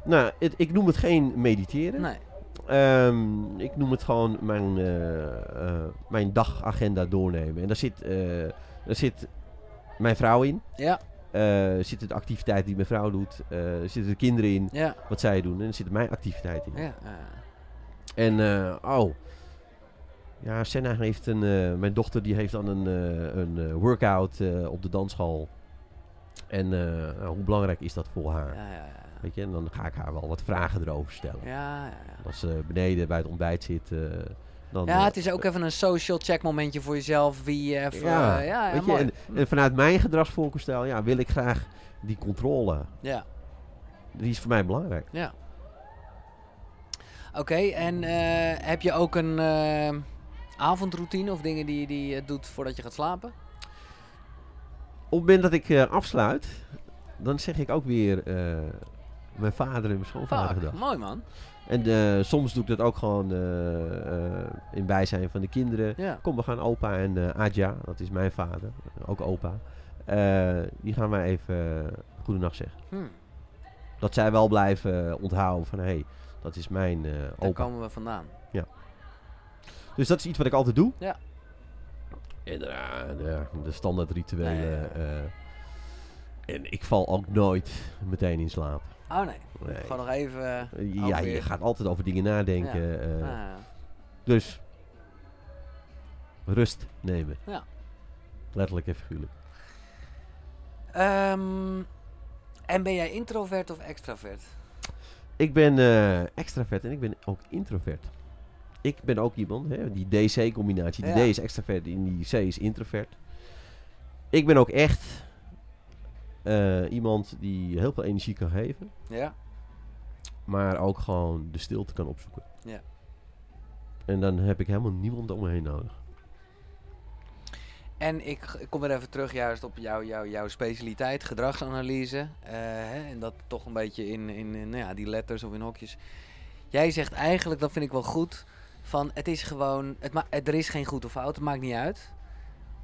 Nou, het- ik noem het geen mediteren. Nee. Ehm, ik noem het gewoon mijn, eh, eh, mijn dagagenda doornemen. En daar zit, eh, daar zit mijn vrouw in. Ja, Eh, zitten de activiteiten die mijn vrouw doet. eh, zitten de kinderen in, ja, wat zij doen. En er zitten mijn activiteiten in. ja. eh, En, eh, oh. Ja, Senna heeft een... eh, mijn dochter die heeft dan een, eh, een eh, workout eh, op de dansschool. En eh, nou, hoe belangrijk is dat voor haar? ja, ja, ja. Weet je, en dan ga ik haar wel wat vragen erover stellen. Ja, ja, ja. Als ze beneden bij het ontbijt zit, eh, dan... Ja, eh, het is ook even een social check momentje voor jezelf. Wie even, Ja, eh, ja, ja, weet je, mooi. en, en vanuit mijn gedragsvoorkeursstijl ja, wil ik graag die controle. ja, Die is voor mij belangrijk. ja. Oké, en eh, heb je ook een eh, avondroutine of dingen die, die je doet voordat je gaat slapen? Op het moment dat ik eh, afsluit, dan zeg ik ook weer eh, mijn vader en mijn schoonvader Fuck, gedag. mooi man. En eh, soms doe ik dat ook gewoon eh, eh, in bijzijn van de kinderen. Ja. Kom, we gaan opa en eh, Adja, dat is mijn vader, ook opa. eh, die gaan wij even eh, goedenacht zeggen. Hm, Dat zij wel blijven eh, onthouden van, hé, hey, dat is mijn eh, daar opa. komen we vandaan. Dus dat is iets wat ik altijd doe. Ja. En daarna de, de standaard rituelen. Nee, ja. eh, en ik val ook nooit meteen in slaap. Oh nee, Nee. gewoon nog even. Eh, ja, je alweer. gaat altijd over dingen nadenken. eh, ah, Dus rust nemen. Ja. Letterlijk en figuurlijk. Ehm, en ben jij introvert of extravert? Ik ben eh extravert en ik ben ook introvert. Ik ben ook iemand, hè, die DC-combinatie. Die Ja. D is extravert en die C is introvert. Ik ben ook echt eh, iemand die heel veel energie kan geven, Ja. maar ook gewoon de stilte kan opzoeken. Ja. En dan heb ik helemaal niemand om me heen nodig. En ik, g- ik kom weer even terug juist op jou, jou, jouw specialiteit, gedragsanalyse. eh, hè, en dat toch een beetje in, in, in, nou ja, die letters of in hokjes. Jij zegt eigenlijk, dat vind ik wel goed, van het is gewoon, het ma- het, er is geen goed of fout, het maakt niet uit.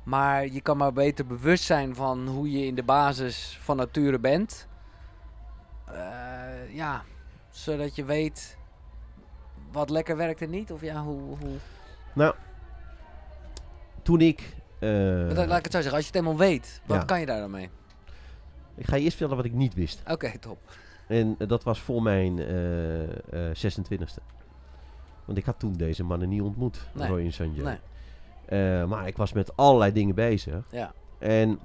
Maar je kan maar beter bewust zijn van hoe je in de basis van nature bent. Eh, ja, zodat je weet wat lekker werkt en niet. Of ja, hoe... hoe... Toen ik... eh, Maar dan- laat ik het zo zeggen, als je het helemaal weet, wat Ja. kan je daar dan mee? ik ga je eerst vertellen wat ik niet wist. Oké, top. En eh, dat was voor mijn eh, eh, 26e. Want ik had toen deze mannen niet ontmoet, Nee. Roy en Sanjay. Nee. Eh, maar ik was met allerlei dingen bezig. Ja. En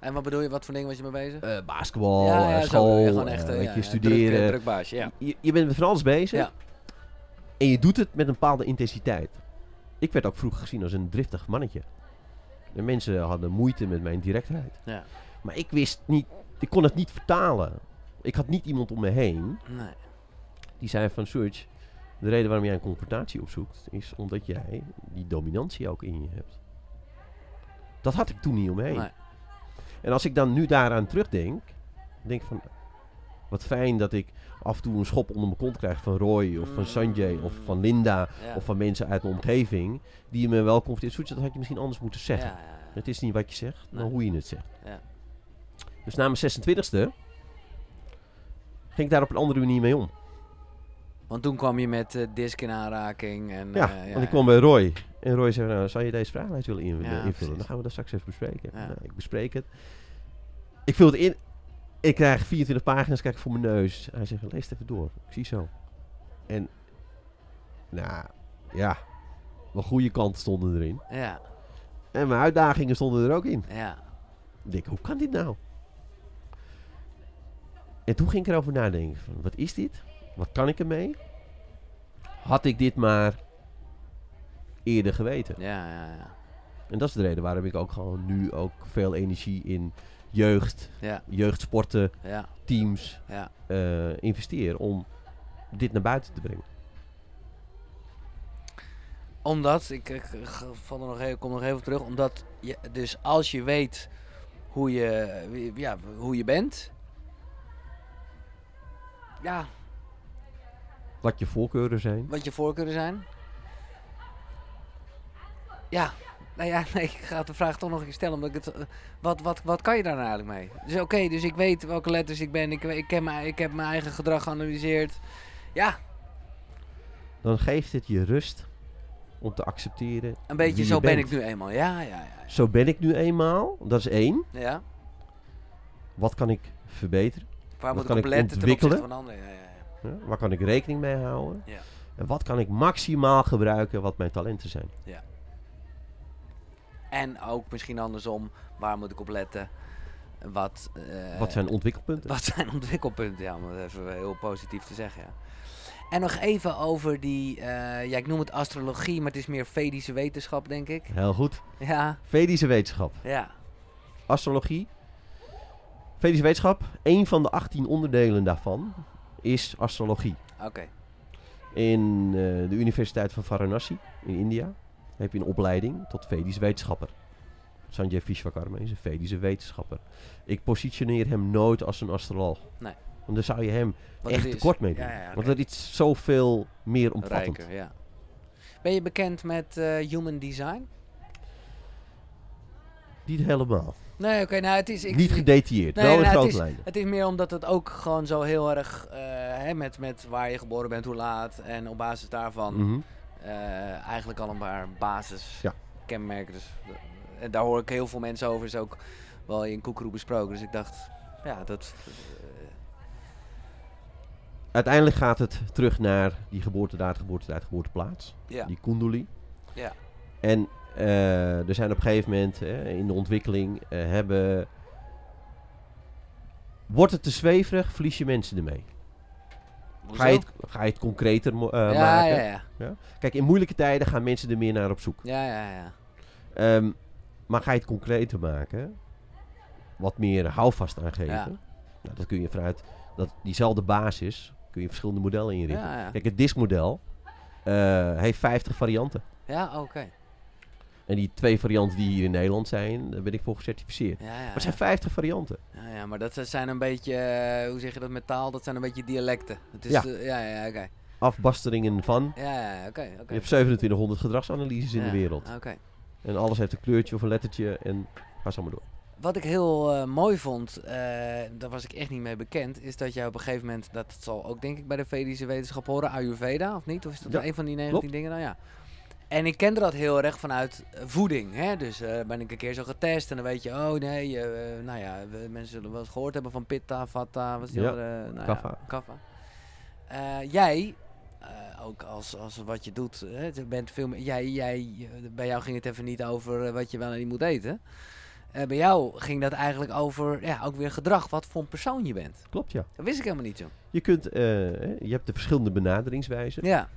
En wat bedoel je, wat voor dingen was je mee bezig? eh, basketbal, ja, eh, ja, zo, school, ja, eh, eh, weet ja, je, ja, Druk, eh, studeren. druk baasje, ja. Je, je bent met van alles bezig. Ja. En je doet het met een bepaalde intensiteit. Ik werd ook vroeger gezien als een driftig mannetje. De mensen hadden moeite met mijn directheid. Ja. Maar ik wist niet, ik kon het niet vertalen. Ik had niet iemand om me heen Nee. Die zei van Surge, de reden waarom jij een confrontatie opzoekt, is omdat jij die dominantie ook in je hebt. Dat had ik toen niet omheen. Nee. En als ik dan nu daaraan terugdenk, denk ik van, wat fijn dat ik af en toe een schop onder mijn kont krijg van Roy of van Sanjay of van Linda Mm. Ja. of van mensen uit mijn omgeving die me wel confronteren. Surge, dat had je misschien anders moeten ja, zeggen. ja, ja. Het is niet wat je zegt, maar Nee. hoe je het zegt. Ja. Dus na mijn 26e ging ik daar op een andere manier mee om. Want toen kwam je met eh, disc in aanraking en... Ja, eh, want ik kwam bij Roy. En Roy zei, nou, zou je deze vraaglijst willen inv- eh, Ja, invullen? precies. Dan gaan we dat straks even bespreken. Ja. Nou, ik bespreek het. Ik vul het in. Ik krijg 24 pagina's, kijk ik voor mijn neus. Hij zegt, lees het even door. Ik zie zo. En, nou, ja. Mijn goede kanten stonden erin. Ja, En mijn uitdagingen stonden er ook in. ja. Ik denk, hoe kan dit nou? En toen ging ik erover nadenken. Van, wat is dit? Wat kan ik ermee? Had ik dit maar eerder geweten. Ja, ja, ja. En dat is de reden waarom ik ook gewoon nu ook veel energie in jeugd, Ja, jeugdsporten, ja, teams ja. eh, investeer. Om dit naar buiten te brengen. Omdat, ik, ik g- val er nog even, kom er nog even terug, omdat je, dus als je weet hoe je, eh, ja, hoe je bent, ja, Wat je voorkeuren zijn. wat je voorkeuren zijn. Ja, nou ja, nee, ik ga de vraag toch nog een keer stellen. Omdat ik het, eh, wat, wat, wat kan je daar nou eigenlijk mee? Dus oké, dus ik weet welke letters ik ben. Ik, ik, ken mijn, ik heb mijn eigen gedrag geanalyseerd. Ja, Dan geeft het je rust om te accepteren. een beetje wie je zo ben bent. ik nu eenmaal. Ja, ja, ja. Zo ben ik nu eenmaal. Dat is één. ja. Wat kan ik verbeteren? Waar moet ik kan op ik letten ten ontwikkelen. opzichte van anderen? Ja, ja, ja. Ja, waar kan ik rekening mee houden? Ja. En wat kan ik maximaal gebruiken wat mijn talenten zijn? En ook misschien andersom, waar moet ik op letten? Wat, eh, wat zijn ontwikkelpunten? Wat zijn ontwikkelpunten? Ja, om het even heel positief te zeggen. Ja. En nog even over die, eh, ja, ik noem het astrologie, maar het is meer Vedische wetenschap, denk ik. Heel goed. Ja, Vedische wetenschap. ja, Astrologie. Vedische wetenschap. Een van de 18 onderdelen daarvan is astrologie. oké. In eh, de Universiteit van Varanasi in India heb je een opleiding tot Vedisch wetenschapper. Sanjay Vishwakarma is een Vedische wetenschapper. Ik positioneer hem nooit als een astroloog. Nee. Want dan zou je hem Wat echt het is. tekort mee doen. Ja, ja, oké. Want dat is zoveel meer omvattend. Rijker, ja. Ben je bekend met eh, human design? Niet helemaal. Nee, oké, nou het is... Ik, Niet ik- gedetailleerd. Nee, wel in nou, grote het is, lijnen. het is meer omdat het ook gewoon zo heel erg eh, hè, met, met waar je geboren bent, hoe laat en op basis daarvan Mhm. eh, eigenlijk al een paar Ja. basiskenmerken. Dus, eh, en daar hoor ik heel veel mensen over, is ook wel in Koekeroe besproken. Dus ik dacht, ja, dat... eh, Uiteindelijk gaat het terug naar die geboortedaad, geboortetijd, geboorteplaats. ja. Die kunduli. Ja. En eh, er zijn op een gegeven moment eh, in de ontwikkeling eh, hebben... Wordt het te zweverig, verlies je mensen ermee. Ga je het, ga je het concreter mo- eh, ja, maken? ja, ja, Kijk, in moeilijke tijden gaan mensen er meer naar op zoek. ja, ja, ja. Ehm, maar ga je het concreter maken, wat meer houvast aan geven. Ja. Nou, dat kun je vanuit dat, diezelfde basis kun je verschillende modellen Ja, inrichten. ja. Kijk, het diskmodel eh, heeft 50 varianten. Ja, oké. En die twee varianten die hier in Nederland zijn, daar ben ik voor gecertificeerd. Ja, ja, Maar het ja. zijn 50 varianten. Ja, ja, maar dat zijn een beetje, eh, hoe zeg je dat met taal? Dat zijn een beetje dialecten. Het is Ja. de- ja, ja, oké. Afbasteringen van. Ja, ja, oké. oké. Je hebt 2700 gedragsanalyses in Ja, de wereld. Oké. En alles heeft een kleurtje of een lettertje en ga zo maar door. Wat ik heel eh, mooi vond, eh, daar was ik echt niet mee bekend, is dat jij op een gegeven moment, dat zal ook denk ik bij de Vedische wetenschap horen, Ayurveda of niet? Of is dat Ja, een van die 19 dingen? Nou ja. En ik kende dat heel erg vanuit eh, voeding. Hè? Dus eh, ben ik een keer zo getest en dan weet je, oh nee, eh, nou ja, we- mensen zullen wel eens gehoord hebben van pitta, vata, wat is die Ja, andere? Nou kapha. Ja, kapha. Eh, jij, eh, ook als, als wat je doet, hè, je bent veel meer, jij, jij, bij jou ging het even niet over eh, wat je wel en niet moet eten. Eh, bij jou ging dat eigenlijk over ja, ook weer gedrag, wat voor een persoon je bent. Klopt, ja. Dat wist ik helemaal niet zo. Je, kunt, eh, hè, je hebt de verschillende benaderingswijzen. Ja,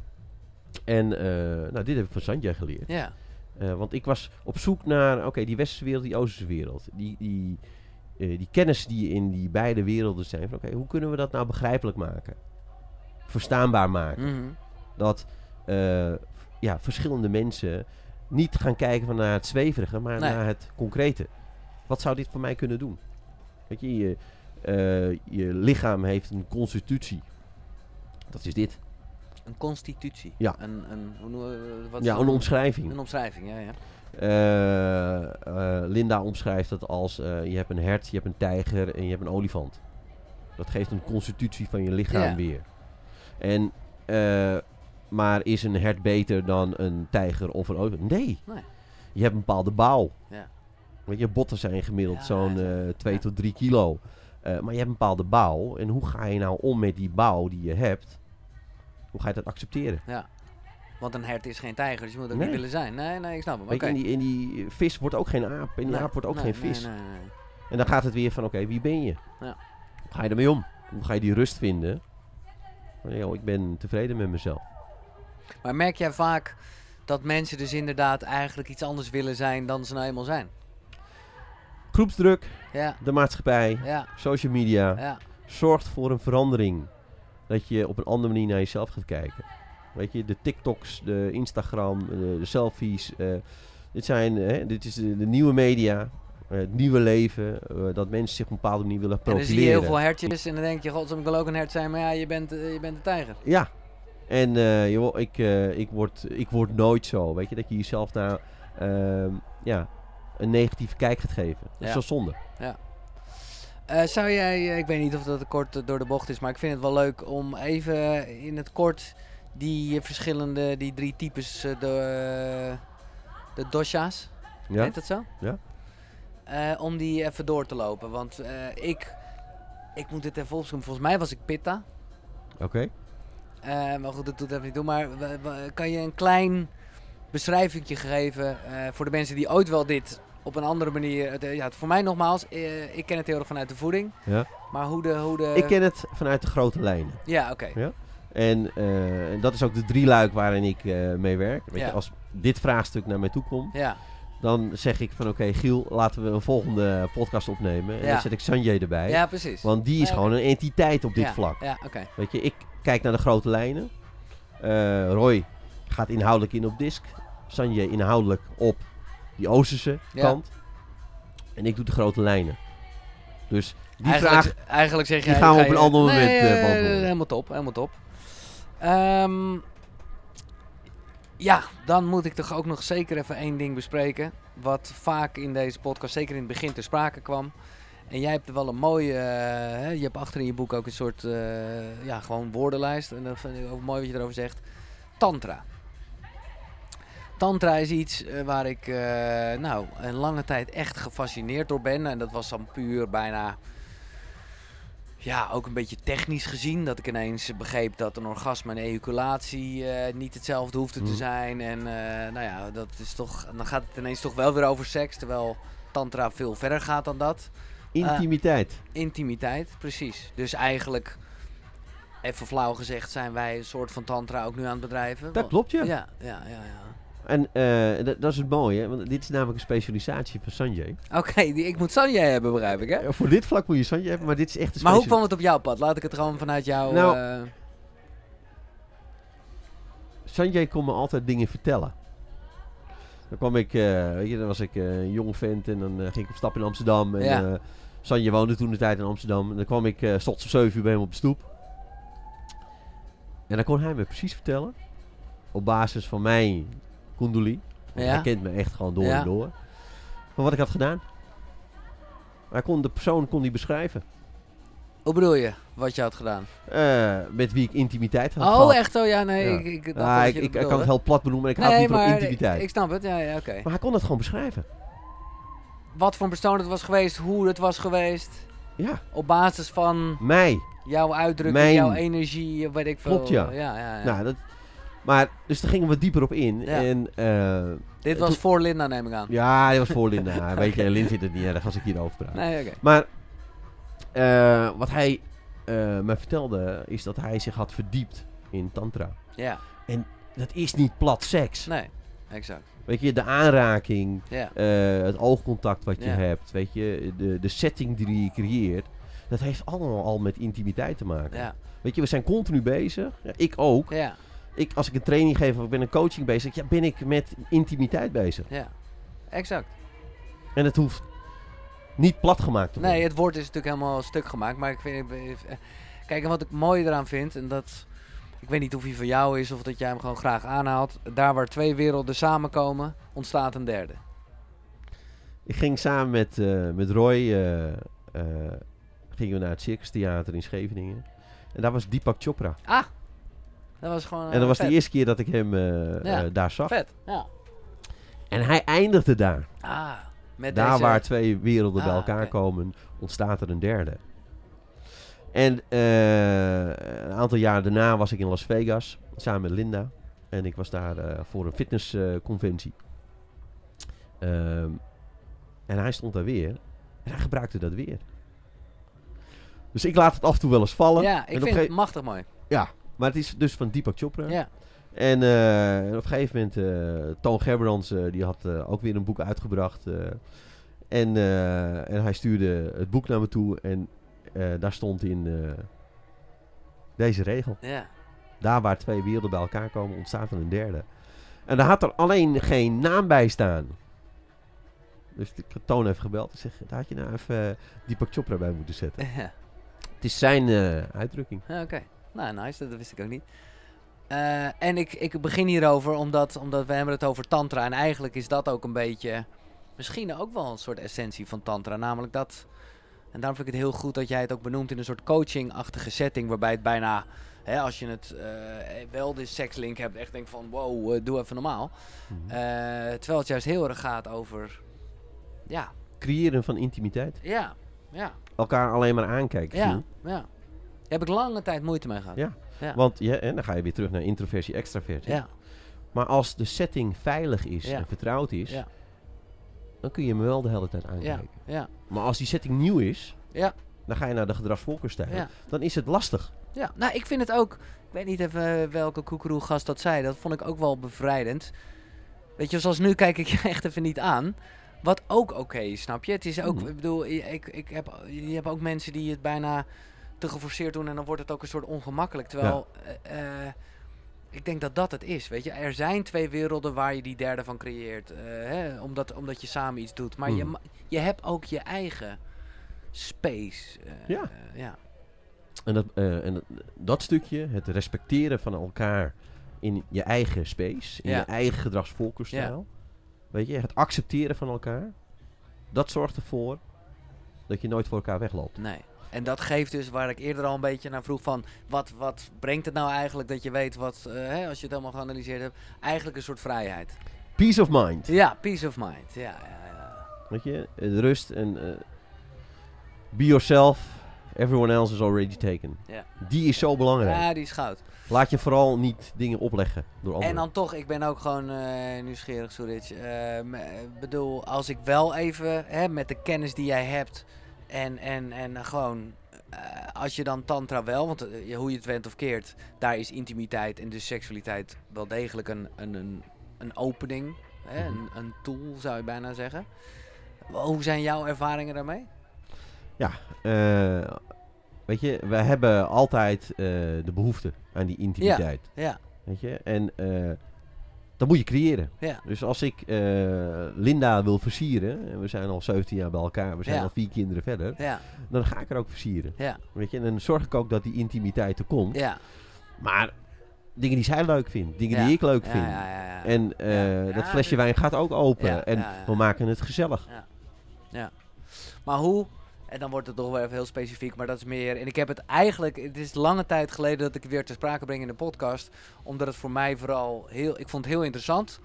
En eh, nou, dit heb ik van Sanjay geleerd. ja, Eh, want ik was op zoek naar, oké, die westerse wereld, die oosterse wereld. Die, die, eh, die kennis die in die beide werelden zijn. van Oké, hoe kunnen we dat nou begrijpelijk maken? Verstaanbaar maken. mhm, Dat eh, f- ja, verschillende mensen niet gaan kijken van naar het zweverige, maar Nee. naar het concrete. Wat zou dit voor mij kunnen doen? Weet je, je, eh, je lichaam heeft een constitutie. Dat is dit. Een constitutie. Ja. Een, een, hoe noemen we- wat is Ja, dat? een omschrijving. Een omschrijving, ja, ja. Eh, eh, Linda omschrijft dat als eh, je hebt een hert, je hebt een tijger en je hebt een olifant. Dat geeft een constitutie van je lichaam Ja. weer. En, eh, maar is een hert beter dan een tijger of een olifant? Nee. Nee. Je hebt een bepaalde bouw. Ja. Want je botten zijn gemiddeld Ja, zo'n ja. 2 Ja. tot 3 kilo. Eh, maar je hebt een bepaalde bouw. En hoe ga je nou om met die bouw die je hebt? Hoe ga je dat accepteren? Want een hert is geen tijger, dus je moet ook Nee. niet willen zijn. Nee, nee, ik snap hem. Weet je, Oké. in, die, in die vis wordt ook geen aap. En die Nee, aap wordt ook nee, geen nee, vis. nee, nee, nee. En dan gaat het weer van, oké, wie ben je? Ja. Hoe ga je ermee om? Hoe ga je die rust vinden? Van, joh, ik ben tevreden met mezelf. Maar merk jij vaak dat mensen dus inderdaad eigenlijk iets anders willen zijn dan ze nou eenmaal zijn? Groepsdruk, Ja, de maatschappij, ja, social media ja. zorgt voor een verandering. Dat je op een andere manier naar jezelf gaat kijken. Weet je, de TikToks, de Instagram, eh, de, de selfies. eh, dit, zijn, hè, dit is de, de nieuwe media, eh, het nieuwe leven. eh, dat mensen zich op een bepaalde manier willen En dan profileren. zie je heel veel hertjes en dan denk je, god, ik wil ook een hert zijn, maar ja, je bent, eh, je bent een tijger. Ja. En eh, joh, ik, eh, ik, word, ik word nooit zo. Weet je, dat je jezelf nou ehm, ja, een negatieve kijk gaat geven. Dat is Ja. wel zonde. Eh, zou jij, eh, ik weet niet of dat te kort eh, door de bocht is, maar ik vind het wel leuk om even eh, in het kort die eh, verschillende, die drie types, eh, de, de dosha's, Ja? heet dat zo? Ja. Eh, om die even door te lopen, want eh, ik, ik moet dit even opzoeken, volgens mij was ik pitta. Oké. Eh, maar goed, dat doet even niet toe. Maar eh, wa- wa- kan je een klein beschrijvingje geven eh, voor de mensen die ooit wel dit op een andere manier... het, eh, ja, het- voor mij nogmaals, eh, ik ken het heel erg vanuit de voeding. Ja. Maar hoe de... Hoe de Ik ken het vanuit de grote lijnen. Ja, oké. En, eh, en dat is ook de drieluik waarin ik eh, mee werk. Weet Ja. je, als dit vraagstuk naar mij toe komt, Ja, dan zeg ik van oké Giel, laten we een volgende podcast opnemen. En Ja. dan zet ik Sanjay erbij. ja, precies. Want die is Ja, gewoon een entiteit op dit Ja, vlak. Ja, oké. Weet je, ik kijk naar de grote lijnen. Eh, Eh, Roy gaat inhoudelijk in op disc. Sanjay inhoudelijk op die Oosterse Ja. kant. En ik doe de grote lijnen. Dus die eigenlijk, vraag... eigenlijk zeg die jij- gaan we ga op een je- ander moment, nee, eh, eh, beantwoorden. helemaal top, helemaal top. Ehm, ja, dan moet ik toch ook nog zeker even één ding bespreken. Wat vaak in deze podcast, zeker in het begin, ter sprake kwam. En jij hebt er wel een mooie... eh, hè, je hebt achter in je boek ook een soort eh, ja, gewoon woordenlijst. En dat vind ik ook mooi wat je erover zegt. Tantra. Tantra is iets eh, waar ik eh, nou, een lange tijd echt gefascineerd door ben. En dat was dan puur bijna... Ja, ook een beetje technisch gezien. Dat ik ineens begreep dat een orgasme en ejaculatie eh, niet hetzelfde hoefde te Mhm. zijn. En eh, nou ja, dat is toch, dan gaat het ineens toch wel weer over seks. Terwijl tantra veel verder gaat dan dat. Intimiteit. Intimiteit, precies. Dus eigenlijk, even flauw gezegd, zijn wij een soort van tantra ook nu aan het bedrijven. dat klopt, ja. Oh. Ja, ja, ja. ja. En eh, dat- dat is het mooie, hè, want dit is namelijk een specialisatie van Sanjay. Oké, die- ik moet Sanjay hebben, begrijp ik, hè? Eh, Voor dit vlak moet je Sanjay hebben, maar dit is echt een Maar hoe speciali- kwam het op jouw pad? Laat ik het gewoon vanuit jou... Nou, eh, Sanjay kon me altijd dingen vertellen. Dan kwam ik, eh, weet je, dan was ik eh, een jong vent en dan eh, ging ik op stap in Amsterdam. En Ja. eh Sanjay woonde toen de tijd in Amsterdam. En dan kwam ik eh, 's ochtends om 7 uur bij hem op de stoep. En dan kon hij me precies vertellen, op basis van mijn kundali. Want Ja. Hij kent me echt gewoon door Ja. en door. Van wat ik had gedaan. Hij kon, de persoon kon die beschrijven. hoe bedoel je wat je had gedaan? eh, met wie ik intimiteit had oh, gehad. echt? Oh ja, nee. Ja. Ik, ik, dacht Ah, dat ik, je ik, dat ik kan het bedoelde. heel plat benoemen, maar ik nee, hou niet maar van intimiteit. Ik, ik snap het, ja, ja oké. Maar hij kon het gewoon beschrijven. Wat voor een persoon het was geweest, hoe het was geweest... Ja, Op basis van mij. jouw uitdrukking, Mijn- jouw energie, weet ik veel. Klopt, ja. ja, ja, ja. Nou, dat, maar, dus daar gingen we dieper op in. Ja. En eh, Dit was Toen- voor Linda, neem ik aan. ja, dat was voor Linda. Weet je, Lin vindt het niet erg als ik hierover praat. Nee, oké. Maar eh, wat hij eh me vertelde is dat hij zich had verdiept in tantra. Ja, Dat is niet plat seks. nee, exact. Weet je, de aanraking, Ja, eh, het oogcontact wat je Ja. hebt, weet je, de, de setting die je creëert. Dat heeft allemaal al met intimiteit te maken. ja, Weet je, we zijn continu bezig. Ja, ik ook. ja, ik, als ik een training geef of ik ben een coaching bezig, ja, ben ik met intimiteit bezig. ja. Exact. En het hoeft niet platgemaakt te worden. Nee, het woord is natuurlijk helemaal stuk gemaakt, maar ik vind... eh, Kijk, en wat ik mooi eraan vind, en dat... Ik weet niet of hij van jou is of dat jij hem gewoon graag aanhaalt. Daar waar twee werelden samenkomen, ontstaat een derde. Ik ging samen met, eh, met Roy eh, eh, gingen we naar het Circus Theater in Scheveningen. En daar was Deepak Chopra. Ah! Dat was gewoon... en dat was die de eerste keer dat ik hem eh, Ah, Ja. eh, daar zag. Vet, ja. En hij eindigde daar. Ah, met daar deze... waar twee werelden bij Ah, elkaar oké. komen, ontstaat er een derde. En eh, een aantal jaar daarna was ik in Las Vegas samen met Linda. En ik was daar eh, voor een fitnessconventie. Ehm, en hij stond daar weer. En hij gebruikte dat weer. Dus ik laat het af en toe wel eens vallen. Ja, En ik op vind een het gege- machtig mooi. Maar het is dus van Deepak Chopra. Ja, En eh, en op een gegeven moment, eh Toon Gerbrands, eh, die had eh, ook weer een boek uitgebracht. eh, en, eh, en hij stuurde het boek naar me toe en eh, daar stond in eh, deze regel. ja. Daar waar twee werelden bij elkaar komen, ontstaat er een derde. En daar had er alleen geen naam bij staan. Dus ik had Toon even gebeld. Ik zeg, daar had je nou even eh, Deepak Chopra bij moeten zetten. ja. Het is zijn eh, uitdrukking. Ja, Oké, nou nice, dat wist ik ook niet. Eh, en ik, ik begin hierover omdat, omdat we hebben het over tantra en eigenlijk is dat ook een beetje, misschien ook wel een soort essentie van tantra. Namelijk dat, en daarom vind ik het heel goed dat jij het ook benoemt in een soort coaching-achtige setting. Waarbij het bijna, hè, als je het eh, wel de sekslink hebt, echt denk van wow, eh, doe even normaal. Mhm. Eh, terwijl het juist heel erg gaat over, ja, Creëren van intimiteit. ja, ja, Elkaar alleen maar aankijken. ja, Giel. ja. Daar heb ik lange tijd moeite mee gehad. Ja. Ja. Want ja, en dan ga je weer terug naar introversie, extraversie. ja. Maar als de setting veilig is Ja. en vertrouwd is, Ja. dan kun je hem wel de hele tijd aankijken. ja. Maar als die setting nieuw is, Ja. dan ga je naar de gedragsvoorkeurstijl. Ja. Dan is het lastig. Ja, nou, ik vind het ook. Ik weet niet even eh, welke koekeroe-gast dat zei. Dat vond ik ook wel bevrijdend. Weet je, zoals nu kijk ik je echt even niet aan. Wat ook oké is, snap je? Het is ook, Mhm. ik bedoel, ik, ik heb, je hebt ook mensen die het bijna te geforceerd doen en dan wordt het ook een soort ongemakkelijk. Terwijl, eh, eh, Ik denk dat dat het is. Weet je, er zijn twee werelden waar je die derde van creëert. eh, hè, omdat, omdat je samen iets doet. Maar je, Hmm. ma- je hebt ook je eigen space. eh, Ja. eh, ja. En dat, eh, en dat- dat stukje, het respecteren van elkaar in je eigen space, in Ja. je eigen gedragsvoorkeurstijl. Weet je, het accepteren van elkaar. Dat zorgt ervoor dat je nooit voor elkaar wegloopt. Nee. En dat geeft dus waar ik eerder al een beetje naar vroeg van... wat, wat brengt het nou eigenlijk dat je weet wat... eh, hè, als je het helemaal geanalyseerd hebt... eigenlijk een soort vrijheid. Peace of mind. Ja, peace of mind. Ja, ja, ja. Weet je, eh, de rust en eh, be yourself. Everyone else is already taken. Ja. Die is zo belangrijk. ja die is goud. Laat je vooral niet dingen opleggen door anderen. En dan toch, ik ben ook gewoon eh, nieuwsgierig, Soeric. Eh, m- eh, bedoel, als ik wel even hè, met de kennis die jij hebt en, en, en gewoon, eh, als je dan tantra wel, want eh, je- hoe je het went of keert, daar is intimiteit en dus seksualiteit wel degelijk een, een, een, een opening, hè, Mhm. een, een tool zou je bijna zeggen. Hoe zijn jouw ervaringen daarmee? Eh, weet je, we hebben altijd eh, de behoefte aan die intimiteit. Ja, Weet je? En eh, dat moet je creëren. Ja. Dus als ik eh, Linda wil versieren, en we zijn al 17 jaar bij elkaar, we zijn Ja. al vier kinderen verder, ja, dan ga ik er ook versieren. ja, Weet je? En dan zorg ik ook dat die intimiteit er komt. ja. Maar dingen die zij leuk vindt, dingen Ja. die ik leuk Ja, vind. ja, ja, ja. En eh, Ja. dat Ja, flesje dit- wijn gaat ook open. Ja, en ja, ja. we maken het gezellig. Maar hoe? En dan wordt het toch wel even heel specifiek, maar dat is meer. En ik heb het eigenlijk, het is lange tijd geleden dat ik het weer ter sprake breng in de podcast, omdat het voor mij vooral heel, ik vond het heel interessant.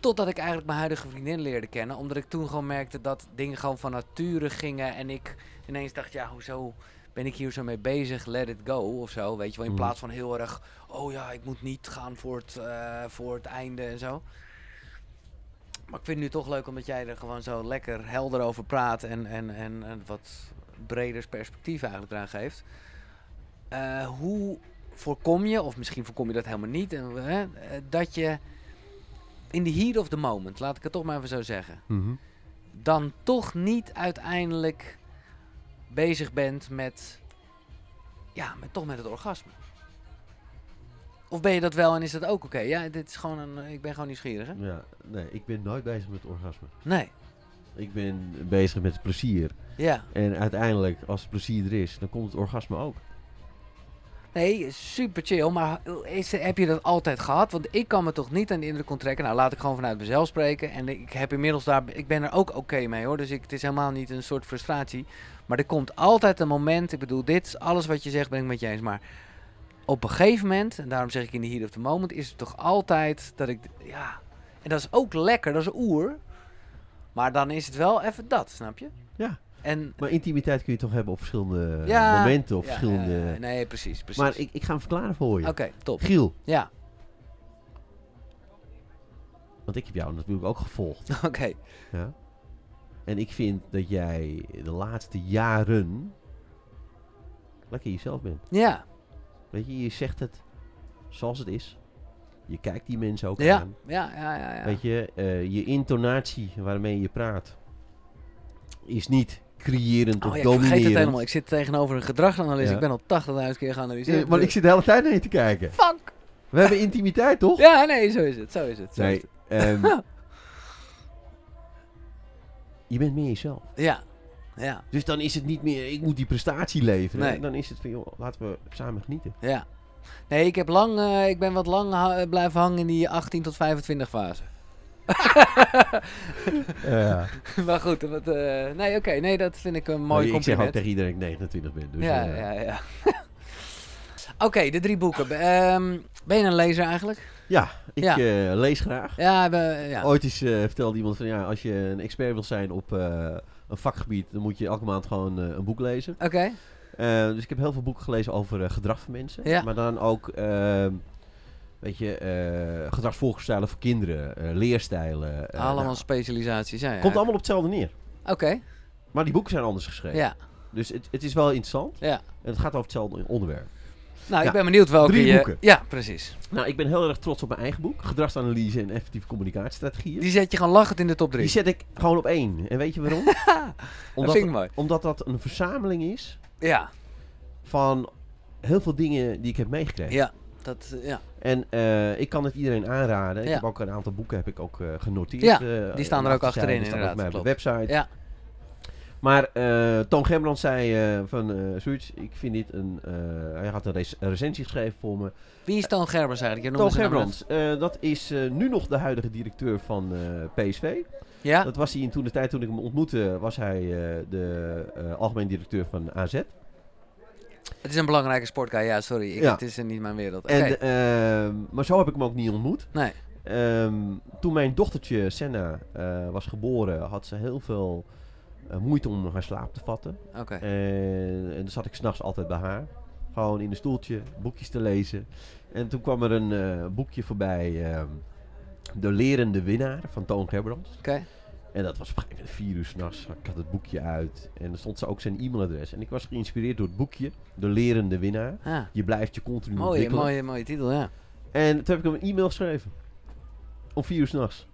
Totdat ik eigenlijk mijn huidige vriendin leerde kennen, omdat ik toen gewoon merkte dat dingen gewoon van nature gingen en ik ineens dacht, ja, hoezo ben ik hier zo mee bezig? Let it go of zo, weet je wel? In Mhm. plaats van heel erg, oh ja, ik moet niet gaan voor het, eh, voor het einde en zo. Maar ik vind het nu toch leuk omdat jij er gewoon zo lekker helder over praat en, en, en, en wat breder perspectief eigenlijk eraan geeft. Eh, hoe voorkom je, of misschien voorkom je dat helemaal niet, en, hè, eh, dat je in de heat of the moment, laat ik het toch maar even zo zeggen, Mhm. dan toch niet uiteindelijk bezig bent met, ja, met, toch met het orgasme? Of ben je dat wel en is dat ook oké? Ja, dit is gewoon een, ik ben gewoon nieuwsgierig. Hè? Ja, nee, ik ben nooit bezig met orgasme. Nee, Ik ben bezig met plezier. ja. En uiteindelijk, als het plezier er is, dan komt het orgasme ook. Nee, super chill. Maar is, heb je dat altijd gehad? Want ik kan me toch niet aan de indruk onttrekken. Nou, laat ik gewoon vanuit mezelf spreken. En ik heb inmiddels daar. Ik ben er ook oké mee hoor. Dus ik, het is helemaal niet een soort frustratie. Maar er komt altijd een moment. Ik bedoel, dit is alles wat je zegt, ben ik met je eens. Maar op een gegeven moment, en daarom zeg ik in de heat of the moment, is het toch altijd dat ik. Ja. En dat is ook lekker, dat is oer. Maar dan is het wel even dat, snap je? Ja. En. Maar intimiteit kun je toch hebben op verschillende ja, Eh, momenten, op ja, verschillende... ja, ja, nee, precies. precies. Maar ik, ik ga hem verklaren voor je. Oké, top. Giel, Ja. want ik heb jou natuurlijk ook gevolgd. Oké, ja? En ik vind dat jij de laatste jaren lekker jezelf bent. ja, Weet je, je zegt het zoals het is. Je kijkt die mensen ook ja, aan. ja, ja, ja, ja. Weet je, eh, je intonatie waarmee je praat is niet creërend Oh of ja, ik dominerend. vergeet het helemaal. Ik zit tegenover een gedragsanalist. Ja. Ik ben al 80.000 keer geanalyseerd. Ja, maar Eh, ik zit de hele tijd naar je te kijken. Fuck! We hebben intimiteit, toch? Ja, nee, zo is het. Zo is het. Zo is Oh. Nee. het. ehm, je bent meer jezelf. Ja, ja, Dus dan is het niet meer, ik moet die prestatie leveren. Nee. Dan is het van, joh, laten we samen genieten. ja. Nee, ik, heb lang, eh, ik ben wat lang ha- blijven hangen in die 18 tot 25 fase. Ja. maar goed, wat, eh, nee, oké, nee, dat vind ik een mooi ik zeg ook compliment. tegen iedereen dat ik 29 ben. Dus, ja, eh, ja, ja, oké, de drie boeken. Be- ehm, ben je een lezer eigenlijk? Ik Ja. eh, lees graag. Ja, we- ja. Ooit eens eh, vertelde iemand van, ja, als je een expert wil zijn op eh, een vakgebied, dan moet je elke maand gewoon eh, een boek lezen. Oké, Eh, dus ik heb heel veel boeken gelezen over eh, gedrag van mensen. Ja. Maar dan ook, ehm, weet je, eh gedragsvolgstijlen voor kinderen, eh, leerstijlen. eh, allemaal nou, specialisaties. Ja, ja. komt allemaal op hetzelfde neer. Oké, Maar die boeken zijn anders geschreven. ja, Dus het, het is wel interessant. ja. En het gaat over hetzelfde onderwerp. Nou, Ja. ik ben benieuwd welke Drie je... boeken. Ja, precies. Nou, ik ben heel erg trots op mijn eigen boek. Gedragsanalyse en effectieve communicatiestrategieën. Die zet je gewoon lachend in de top Die 3. zet ik gewoon op één. En weet je waarom? Dat omdat, vind ik mooi. omdat dat een verzameling is Ja, van heel veel dingen die ik heb meegekregen. ja, dat, eh, ja. En eh, ik kan het iedereen aanraden. Ik Ja. heb ook een aantal boeken heb ik ook eh, genoteerd. Ja, eh, die staan er ook achterzijde, achterin die staan ook inderdaad, bij op de website. Ja. Maar eh Toon Gembrand zei eh, van eh, zoiets, ik vind dit een... eh, hij had een rec- een recensie geschreven voor me. Wie is Toon Gerbers eigenlijk? Je Toon noemde zijn naam Gembrand, eh, dat is eh, nu nog de huidige directeur van eh, PSV. net. Ja? Dat was hij in toen de tijd toen ik hem ontmoette, was hij eh, de eh, algemeen directeur van AZ. Het is een belangrijke sportkaart. Ja, sorry. Ik, Ja. Het is eh, niet mijn wereld. Oké. En, ehm, maar zo heb ik hem ook niet ontmoet. Nee. Ehm, toen mijn dochtertje Senna eh, was geboren, had ze heel veel eh, moeite om haar slaap te vatten. Oké. En, en dan zat ik s'nachts altijd bij haar. Gewoon in een stoeltje, boekjes te lezen. En toen kwam er een eh, boekje voorbij. ehm, de Lerende Winnaar van Toon Gerbrands. Oké. En dat was op een gegeven moment vier uur s'nachts. Ik had het boekje uit. En er stond ze ook zijn e-mailadres. En ik was geïnspireerd door het boekje De Lerende Winnaar. Ja. Je blijft je continu Mooie, ontwikkelen. mooie, mooie titel, ja. En toen heb ik hem een e-mail geschreven. Om vier uur s'nachts.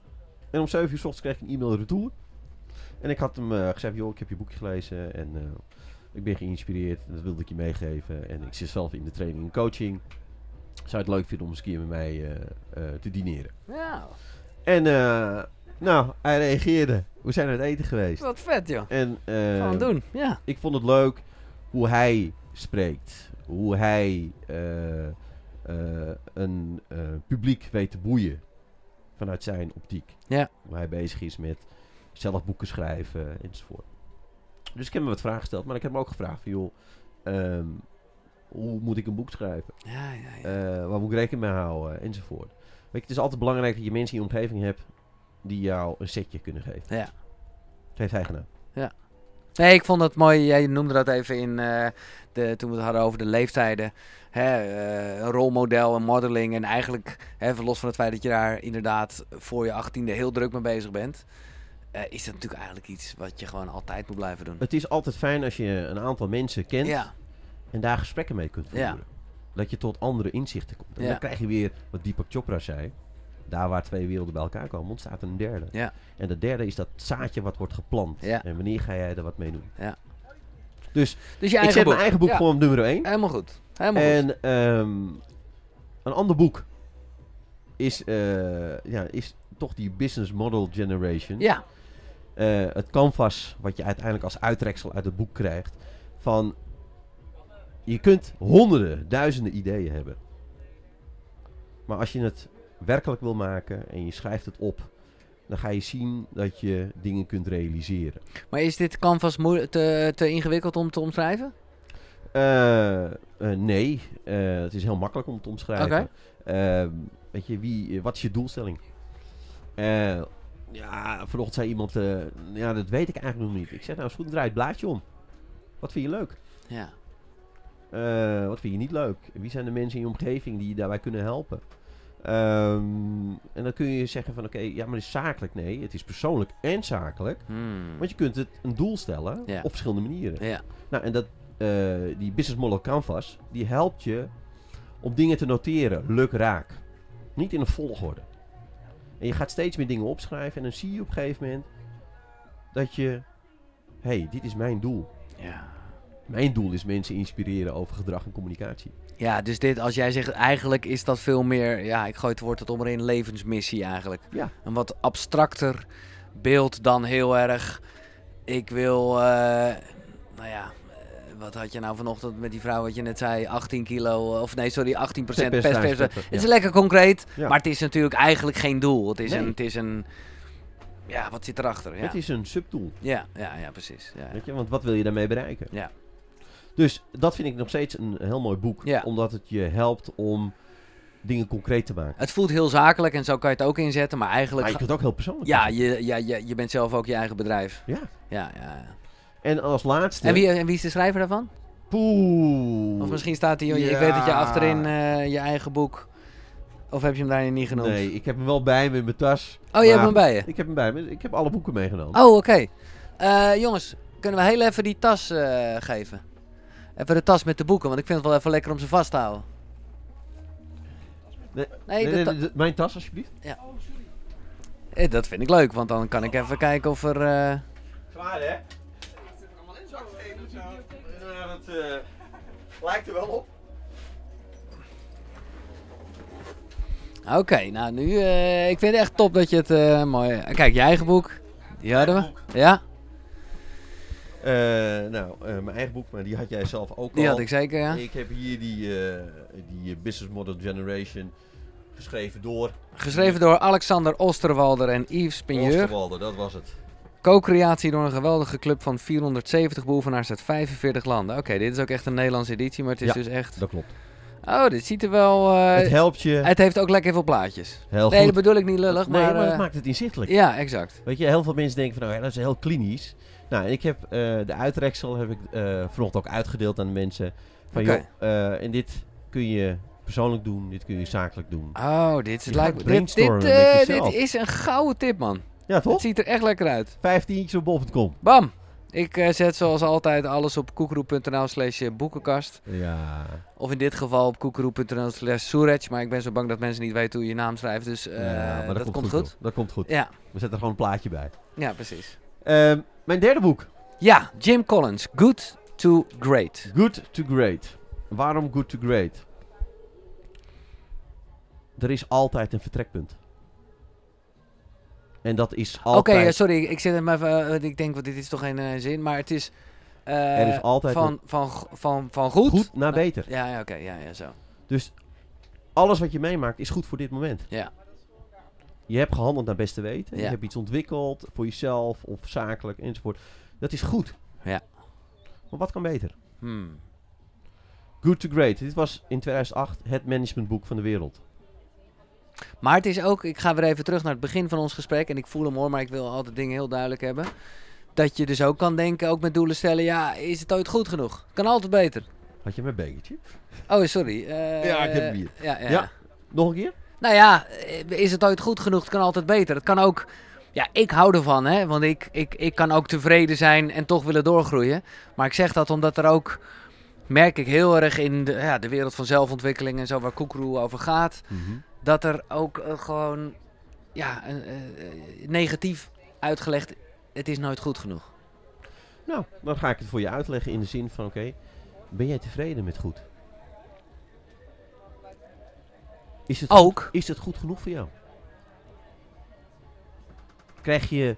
En om zeven uur s ochtends kreeg ik een e-mail retour. En ik had hem eh, gezegd, joh, ik heb je boekje gelezen en eh, ik ben geïnspireerd. En dat wilde ik je meegeven. En ik zit zelf in de training en coaching. Zou je het leuk vinden om eens een keer met mij eh, eh, te dineren? Ja, En eh, nou, hij reageerde. We zijn uit eten geweest. wat vet, joh. En eh, Gaan we doen. Ja. ik vond het leuk hoe hij spreekt. Hoe hij eh, eh, een eh, publiek weet te boeien. Vanuit zijn optiek. Ja. Hoe hij bezig is met zelf boeken schrijven enzovoort. Dus ik heb hem wat vragen gesteld. Maar ik heb hem ook gevraagd van joh, ehm, hoe moet ik een boek schrijven? Ja, ja, ja. Eh, waar moet ik rekening mee houden? Enzovoort. Weet je, het is altijd belangrijk dat je mensen in je omgeving hebt die jou een setje kunnen geven. Ja. Dat heeft hij gedaan. Nee, ik vond dat mooi. Jij noemde dat even in eh, de, toen we het hadden over de leeftijden. Hè, eh, een rolmodel en modeling. En eigenlijk, hè, even los van het feit dat je daar inderdaad voor je achttiende heel druk mee bezig bent. eh, is dat natuurlijk eigenlijk iets wat je gewoon altijd moet blijven doen. Het is altijd fijn als je een aantal mensen kent. Ja, En daar gesprekken mee kunt voeren. Ja. Dat je tot andere inzichten komt. En Ja. dan krijg je weer wat Deepak Chopra zei. Daar waar twee werelden bij elkaar komen, ontstaat een derde. Ja. En dat derde is dat zaadje wat wordt geplant. Ja. En wanneer ga jij er wat mee doen? Ja. dus Dus je ik eigen zet boek. mijn eigen boek Ja, voor op nummer 1. Helemaal goed. Helemaal goed. En ehm, een ander boek is, eh, ja, is toch die Business Model Generation. Ja, Eh, het canvas wat je uiteindelijk als uittreksel uit het boek krijgt. Van je kunt honderden, duizenden ideeën hebben. Maar als je het werkelijk wil maken en je schrijft het op, dan ga je zien dat je dingen kunt realiseren. maar is dit canvas moe- te, te ingewikkeld om te omschrijven? Eh, eh, nee, eh, het is heel makkelijk om te omschrijven. Oké. Eh, weet je, wie, eh, wat is je doelstelling? Eh, ja, vanochtend zei iemand, eh, ja, dat weet ik eigenlijk nog niet. Ik zeg nou, is goed, draai het blaadje om. Wat vind je leuk? Ja. Eh, wat vind je niet leuk? Wie zijn de mensen in je omgeving die je daarbij kunnen helpen? Ehm, en dan kun je zeggen van oké, ja, maar het is zakelijk. Nee, het is persoonlijk en zakelijk. Hmm. Want je kunt het een doel stellen Ja. op verschillende manieren. Ja, Nou, en dat, eh, die business model canvas, die helpt je om dingen te noteren, luk raak. Niet in een volgorde. En je gaat steeds meer dingen opschrijven en dan zie je op een gegeven moment dat je, hé, hey, dit is mijn doel. ja. Mijn doel is mensen inspireren over gedrag en communicatie. Ja, dus dit, als jij zegt, eigenlijk is dat veel meer, ja, ik gooi het woord het om erin, levensmissie eigenlijk. Ja. Een wat abstracter beeld dan heel erg, ik wil, eh, nou ja, eh, wat had je nou vanochtend met die vrouw wat je net zei, 18 kilo, eh, of nee, sorry, 18 procent pest, pest, pest. Ja. Het is lekker concreet, Ja. maar het is natuurlijk eigenlijk geen doel. Het is, Nee. een, het is een, ja, wat zit erachter? Ja, Het is een subdoel, ja, ja, ja precies. Ja, ja. weet je? Want wat wil je daarmee bereiken? Ja. Dus dat vind ik nog steeds een heel mooi boek. Ja. Omdat het je helpt om dingen concreet te maken. Het voelt heel zakelijk en zo kan je het ook inzetten, maar eigenlijk... Maar je kunt het ook heel persoonlijk Ja, maken. je, ja, je, je bent zelf ook je eigen bedrijf. Ja. Ja, ja, ja. En als laatste... En, wie, en wie is de schrijver daarvan? Poeh. Of misschien staat hij, ik Ja. weet dat je achterin eh, je eigen boek. Of heb je hem daarin niet genoemd? Nee, ik heb hem wel bij me in mijn tas. Oh, je hebt maar- hem bij je. Ik heb hem bij me. Ik heb alle boeken meegenomen. Oh, oké. Eh, jongens, kunnen we heel even die tas eh, geven? Even de tas met de boeken, want ik vind het wel even lekker om ze vast te houden. Nee, nee, Nee, de nee, ta- nee, mijn tas alsjeblieft. eh, dat vind ik leuk, want dan kan ik even kijken of er. eh, Zwaar hè? Ja, dat lijkt er wel op. Oké, nou nu, eh, ik vind het echt top dat je het eh, mooi... Kijk, je eigen boek. Die hadden we. Ja, Eh, nou, eh, mijn eigen boek, maar die had jij zelf ook die al. had ik zeker, ja. Ik heb hier die, eh, die eh, Business Model Generation geschreven door Geschreven door Alexander Osterwalder en Yves Spinjeur. Oosterwalde, dat was het. Co-creatie door een geweldige club van 470 beoefenaars uit 45 landen. Oké, dit is ook echt een Nederlandse editie, maar het is Ja. dus echt... Dat klopt. Oh, dit ziet er wel... eh, het het, helpt je heeft ook lekker veel plaatjes. heel nee, dat goed. bedoel ik niet lullig, nee, maar, maar... het eh, maakt het inzichtelijk. ja, exact. Weet je, heel veel mensen denken van, nou ja, dat is heel klinisch. Nou, en ik heb eh, de uitreksel heb ik eh vanochtend ook uitgedeeld aan de mensen. Van Oké. joh, eh, en dit kun je persoonlijk doen, dit kun je zakelijk doen. Oh, dit Je is, gaat lijkt, dit, dit, brainstormen eh, dit met jezelf. is een gouden tip, man. Ja, Het toch? ziet er echt lekker uit. 15 op bol.com. Bam! Ik eh, zet zoals altijd alles op koekeroe.nl slash boekenkast. Ja. Of in dit geval op koekeroe.nl slash soeraj. Maar ik ben zo bang dat mensen niet weten hoe je naam schrijft. Dus eh, ja, maar dat, komt, goed. hoor. Dat komt goed. Ja, We zetten er gewoon een plaatje bij. ja, precies. Ehm, mijn derde boek. Ja, Jim Collins. Good to great. Good to Great. Waarom Good to Great? Er is altijd een vertrekpunt. En dat is Oké, altijd... eh, sorry. Ik zit hem even... eh, ik denk, want dit is toch geen eh, zin. Maar het is... eh, er is altijd een van, van, van, van, goed. goed naar Nou, beter. Ja, ja oké. ja, ja, zo. Dus alles wat je meemaakt is goed voor dit moment. Ja. Je hebt gehandeld naar beste weten. Je Ja. hebt iets ontwikkeld voor jezelf of zakelijk enzovoort. Dat is goed. Ja. Maar wat kan beter? Hmm. Good to Great. Dit was in 2008 het managementboek van de wereld. Maar het is ook, ik ga weer even terug naar het begin van ons gesprek. En ik voel hem hoor, maar ik wil altijd dingen heel duidelijk hebben. Dat je dus ook kan denken, ook met doelen stellen. Ja, is het ooit goed genoeg? Kan altijd beter. Had je mijn bekertje? Oh, sorry. eh, Ja, ik heb hem hier. Ja, ja. Ja. Nog een keer? Nou ja, eh, is het ooit goed genoeg? Het kan altijd beter. Het kan ook... Ja, ik hou ervan, hè. Want ik, ik, ik kan ook tevreden zijn en toch willen doorgroeien. Maar ik zeg dat omdat er ook... Merk ik heel erg in de, ja, de wereld van zelfontwikkeling en zo, waar Koekroe over gaat. dat er ook eh, gewoon ja, een, eh, eh, negatief uitgelegd, het is nooit goed genoeg. Nou, dan ga ik het voor je uitleggen in de zin van: oké, ben jij tevreden met goed? Is het, Ook, is het goed genoeg voor jou? Krijg je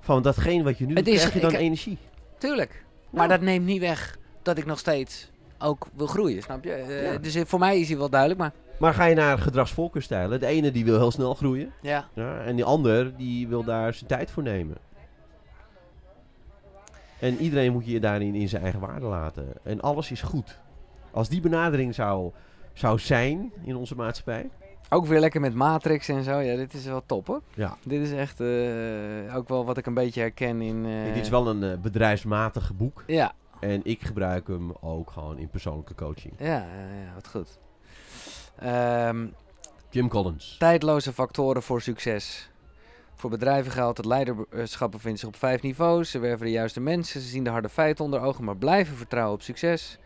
van datgene wat je nu Het doet, is- krijg je dan ik- energie? tuurlijk. Nou. Maar dat neemt niet weg dat ik nog steeds ook wil groeien, snap je? Eh, Ja. Dus eh, voor mij is hij wel duidelijk, maar Maar ga je naar gedragsvoorkeurstijlen? De ene die wil heel snel groeien ja. ja, en die ander die wil daar zijn tijd voor nemen. En iedereen moet je daarin in zijn eigen waarde laten. En alles is goed. Als die benadering zou, zou zijn in onze maatschappij, Ook weer lekker met Matrix en zo. Ja, dit is wel top hoor. Ja. Dit is echt eh, ook wel wat ik een beetje herken in... eh, Dit is wel een eh, bedrijfsmatig boek. Ja, En ik gebruik hem ook gewoon in persoonlijke coaching. ja, ja, ja, wat goed. Ehm, Jim Collins. Tijdloze factoren voor succes. Voor bedrijven geldt het leiderschap bevindt zich op vijf niveaus. Ze werven de juiste mensen, ze zien de harde feiten onder ogen, maar blijven vertrouwen op succes.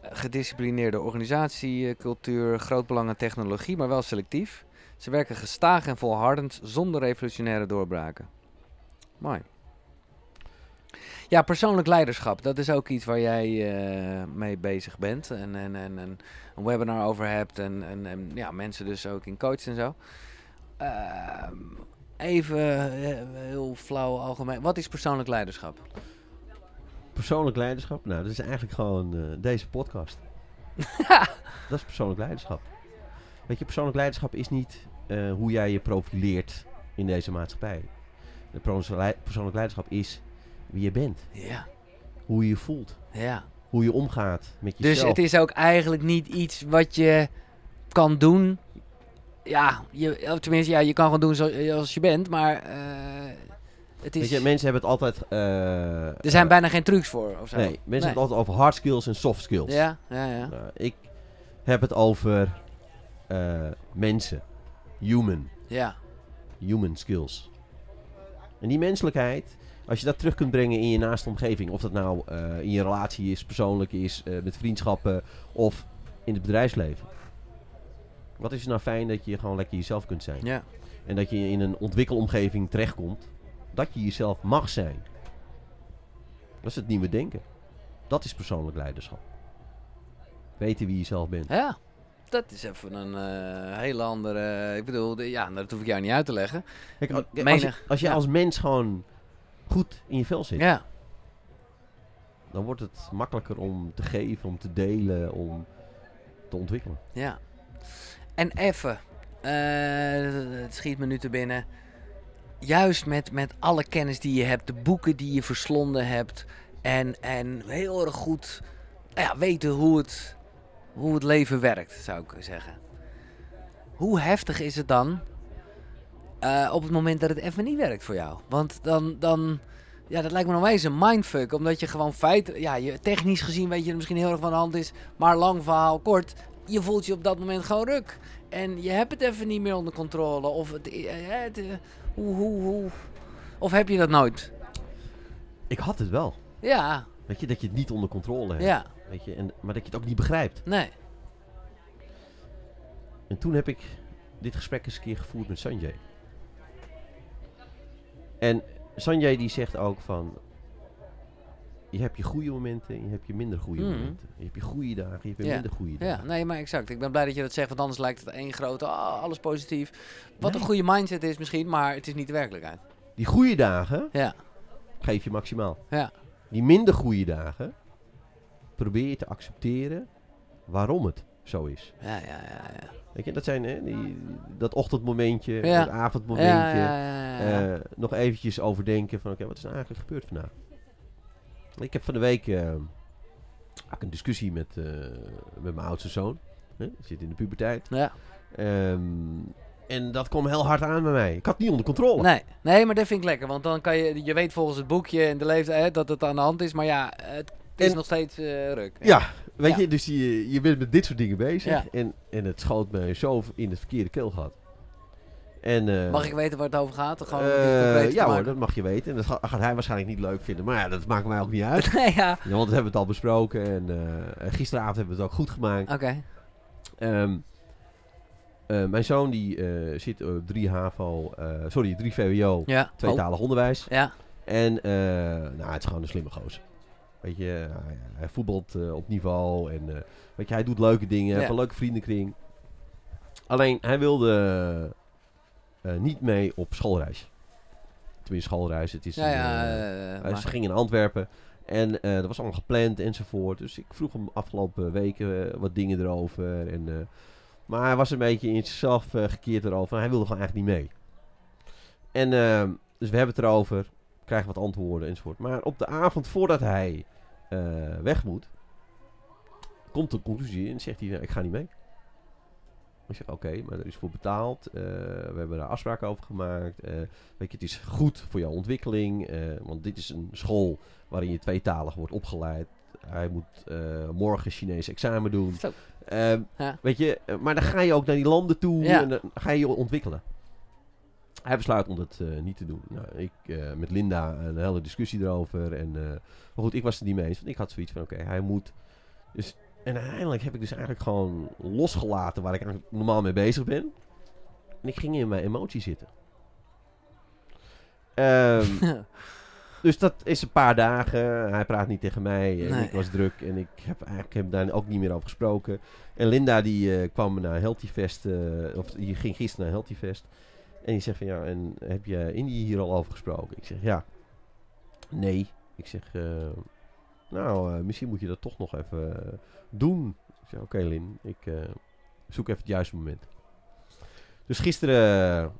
Eh, Gedisciplineerde organisatiecultuur, groot belang aan technologie, maar wel selectief. Ze werken gestaag en volhardend zonder revolutionaire doorbraken. Mooi. Ja, persoonlijk leiderschap, dat is ook iets waar jij eh, mee bezig bent. En, en, en, en een webinar over hebt en, en, en ja, mensen dus ook in coach en zo. Ehm, even eh, heel flauw algemeen. Wat is persoonlijk leiderschap? Persoonlijk leiderschap. Nou, dat is eigenlijk gewoon eh, deze podcast. dat is persoonlijk leiderschap. Weet je, persoonlijk leiderschap is niet eh, hoe jij je profileert in deze maatschappij. De persoonlijk lei- persoonlijk leiderschap is wie je bent. Ja, Hoe je je voelt. ja. Hoe je omgaat met jezelf. Dus het is ook eigenlijk niet iets wat je kan doen. Ja, je, of tenminste, ja, je kan gewoon doen zoals, als je bent, maar eh, het Weet is, je, mensen hebben het altijd... eh, er zijn eh, bijna geen trucs voor of zo. Nee, mensen hebben het altijd over hard skills en soft skills. Ja, ja, ja. Nou, ik heb het over eh, mensen. Human. Ja, Human skills. En die menselijkheid, als je dat terug kunt brengen in je naaste omgeving. Of dat nou eh, in je relatie is, persoonlijk is, eh, met vriendschappen of in het bedrijfsleven. Wat is het nou fijn dat je gewoon lekker jezelf kunt zijn. ja. En dat je in een ontwikkelomgeving terechtkomt. Dat je jezelf mag zijn. Dat is het nieuwe denken. Dat is persoonlijk leiderschap. Weten wie je zelf bent. ja. dat is even een eh, hele andere... ik bedoel, de- ja, dat hoef ik jou niet uit te leggen. Kijk, Oh, als, kijk, als, je, menig. als je Ja. als mens gewoon goed in je vel zit, Ja, dan wordt het makkelijker om te geven, om te delen, om te ontwikkelen. ja. En even, eh, het schiet me nu te binnen. Juist met, met alle kennis die je hebt, de boeken die je verslonden hebt... en, en heel erg goed nou ja, weten hoe het, hoe het leven werkt, zou ik zeggen. Hoe heftig is het dan eh, op het moment dat het even niet werkt voor jou? Want dan, dan ja, dat lijkt me nog eens een mindfuck. Omdat je gewoon feit, ja, je, technisch gezien weet je er misschien heel erg van de hand is. Maar lang verhaal kort, je voelt je op dat moment gewoon ruk. En je hebt het even niet meer onder controle. Of het, eh, het, eh, hoe, hoe, hoe. Of heb je dat nooit? Ik had het wel. Ja, Weet je, dat je het niet onder controle hebt. ja, Weet je, en, maar dat je het ook niet begrijpt. nee. En toen heb ik dit gesprek eens een keer gevoerd met Sanjay. En Sanjay die zegt ook van... Je hebt je goede momenten en je hebt je minder goede Mhm. momenten. Je hebt je goede dagen, je hebt je Ja, minder goede dagen. Ja, nee, maar exact. Ik ben blij dat je dat zegt, want anders lijkt het één grote, ah, alles positief. Wat Nee. een goede mindset is misschien, maar het is niet de werkelijkheid. Die goede dagen Ja, geef je maximaal. Ja. Die minder goede dagen probeer je te accepteren waarom het zo is. ja, ja, ja. ja. Weet je, dat zijn hè, die, dat ochtendmomentje, Ja. dat avondmomentje. Ja, ja, ja, ja, ja. eh, nog eventjes overdenken van oké, wat is nou eigenlijk gebeurd vandaag? Ik heb van de week eh, had ik een discussie met, eh, met mijn oudste zoon. Hè? die Zit in de puberteit. Ja. Ehm, en dat kwam heel hard aan bij mij. Ik had het niet onder controle. Nee, nee, maar dat vind ik lekker, want dan kan je, je weet volgens het boekje en de leeftijd hè, dat het aan de hand is, maar ja, het is En- nog steeds eh, ruk. Ja, weet Ja. je, dus je, je bent met dit soort dingen bezig. Ja. En, en het schoot me zo in het verkeerde keelgat. En, eh, Mag ik weten waar het over gaat? Dan Gewoon om het eh, concreet te ja hoor, maken. dat mag je weten. En dat ga- gaat hij waarschijnlijk niet leuk vinden. Maar ja, dat maakt mij ook niet uit. Nee, ja. Ja, want we hebben het al besproken en eh, eh, gisteravond hebben we het ook goed gemaakt. Oké. Ehm, eh, mijn zoon die eh, zit op 3 HAVO, eh, sorry, 3 VWO, Ja. Oh. tweetalig onderwijs. Ja. En eh, nou, het is gewoon een slimme gozer. Weet je, eh, hij, hij voetbalt eh, op niveau en eh, weet je, hij doet leuke dingen, hij heeft een leuke vriendenkring. Alleen hij wilde eh, niet mee op schoolreis. Tenminste, schoolreis, het is Ja, een, ja. eh, eh, hij maar- ze ging in Antwerpen. En eh, dat was allemaal gepland enzovoort. Dus ik vroeg hem afgelopen weken eh, wat dingen erover. En, eh, maar hij was een beetje in zichzelf eh, gekeerd erover. Hij wilde gewoon eigenlijk niet mee. En eh, dus we hebben het erover. Krijgen wat antwoorden enzovoort. Maar op de avond voordat hij eh, weg moet, komt de conclusie en zegt hij: nou, Ik ga niet mee. Ik zeg: Oké, maar er is voor betaald. eh, we hebben daar afspraken over gemaakt. eh, Weet je, het is goed voor jouw ontwikkeling. eh, want dit is een school waarin je tweetalig wordt opgeleid. Hij moet eh, morgen Chinees examen doen. Zo. Ehm, Ja. Weet je, eh, maar dan ga je ook naar die landen toe Ja. en dan ga je je ontwikkelen. Hij besluit om dat eh, niet te doen. Nou, ik eh, met Linda een hele discussie erover. En, eh, maar goed, ik was het niet mee eens. Want ik had zoiets van, oké, hij moet... Dus, en uiteindelijk heb ik dus eigenlijk gewoon losgelaten waar ik eigenlijk normaal mee bezig ben. En ik ging in mijn emotie zitten. Ehm, dus dat is een paar dagen. Hij praat niet tegen mij. En Nee. Ik was druk en ik heb eigenlijk hem daar ook niet meer over gesproken. En Linda die eh, kwam naar Healthy Fest, eh, of die ging gisteren naar Healthy Fest. En die zegt van ja, en heb je Indië hier al over gesproken? Ik zeg ja. Nee. Ik zeg, eh, nou, eh, misschien moet je dat toch nog even eh, doen. Ik zeg, oké Lin, ik eh, zoek even het juiste moment. Dus gisteren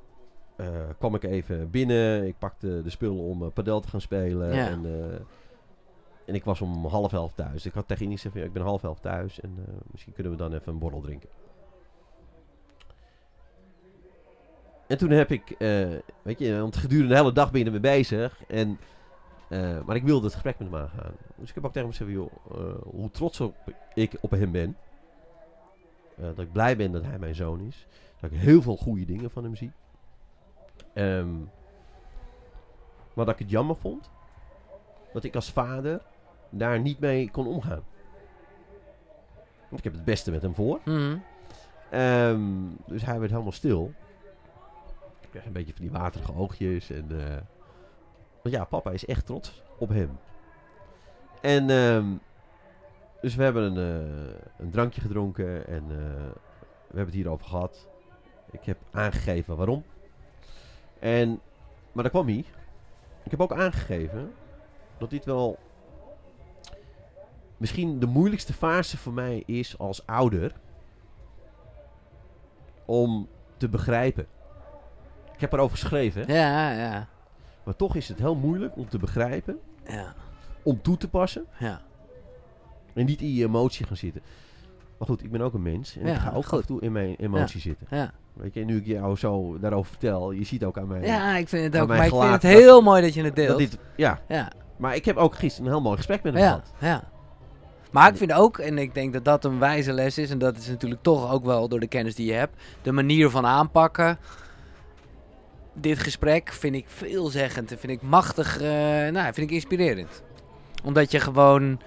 eh, kwam ik even binnen. Ik pakte de spullen om eh, padel te gaan spelen. Ja. En, eh, en ik was om half elf thuis. Ik had tegen Indy gezegd, van, ja, ik ben half elf thuis. En eh, misschien kunnen we dan even een borrel drinken. En toen heb ik, eh, weet je, want gedurende de hele dag ben je ermee bezig. En, eh, maar ik wilde het gesprek met hem aangaan. Dus ik heb ook tegen hem gezegd, joh, eh, hoe trots op, ik op hem ben. Eh, dat ik blij ben dat hij mijn zoon is. Dat ik heel veel goede dingen van hem zie. Ehm, maar dat ik het jammer vond. Dat ik als vader daar niet mee kon omgaan. Want ik heb het beste met hem voor. Mhm. Ehm, dus hij werd helemaal stil. Ik kreeg een beetje van die waterige oogjes. En, eh, want ja, papa is echt trots op hem. En ehm, dus we hebben een, eh, een drankje gedronken en eh, hebben het hierover gehad. Ik heb aangegeven waarom. En, maar daar kwam hij. Ik heb ook aangegeven dat dit wel misschien de moeilijkste fase voor mij is als ouder om te begrijpen. Ik heb erover geschreven, hè? Ja, ja, maar toch is het heel moeilijk om te begrijpen, ja, om toe te passen ja. en niet in je emotie gaan zitten. Maar goed, ik ben ook een mens en Ja, ik ga ook goed. af en toe in mijn emotie zitten. ja. Weet je, en nu ik jou zo daarover vertel, je ziet ook aan mij Ja, ik vind het Maar ook. mijn Maar ik vind gelaat- het heel mooi dat je het deelt. dat dit, ja. ja, Maar ik heb ook gisteren een heel mooi gesprek met hem ja, gehad. ja. Maar ik vind ook, en ik denk dat dat een wijze les is, en dat is natuurlijk toch ook wel door de kennis die je hebt, de manier van aanpakken. Dit gesprek vind ik veelzeggend en vind ik machtig, eh, nou, vind ik inspirerend. Omdat je gewoon,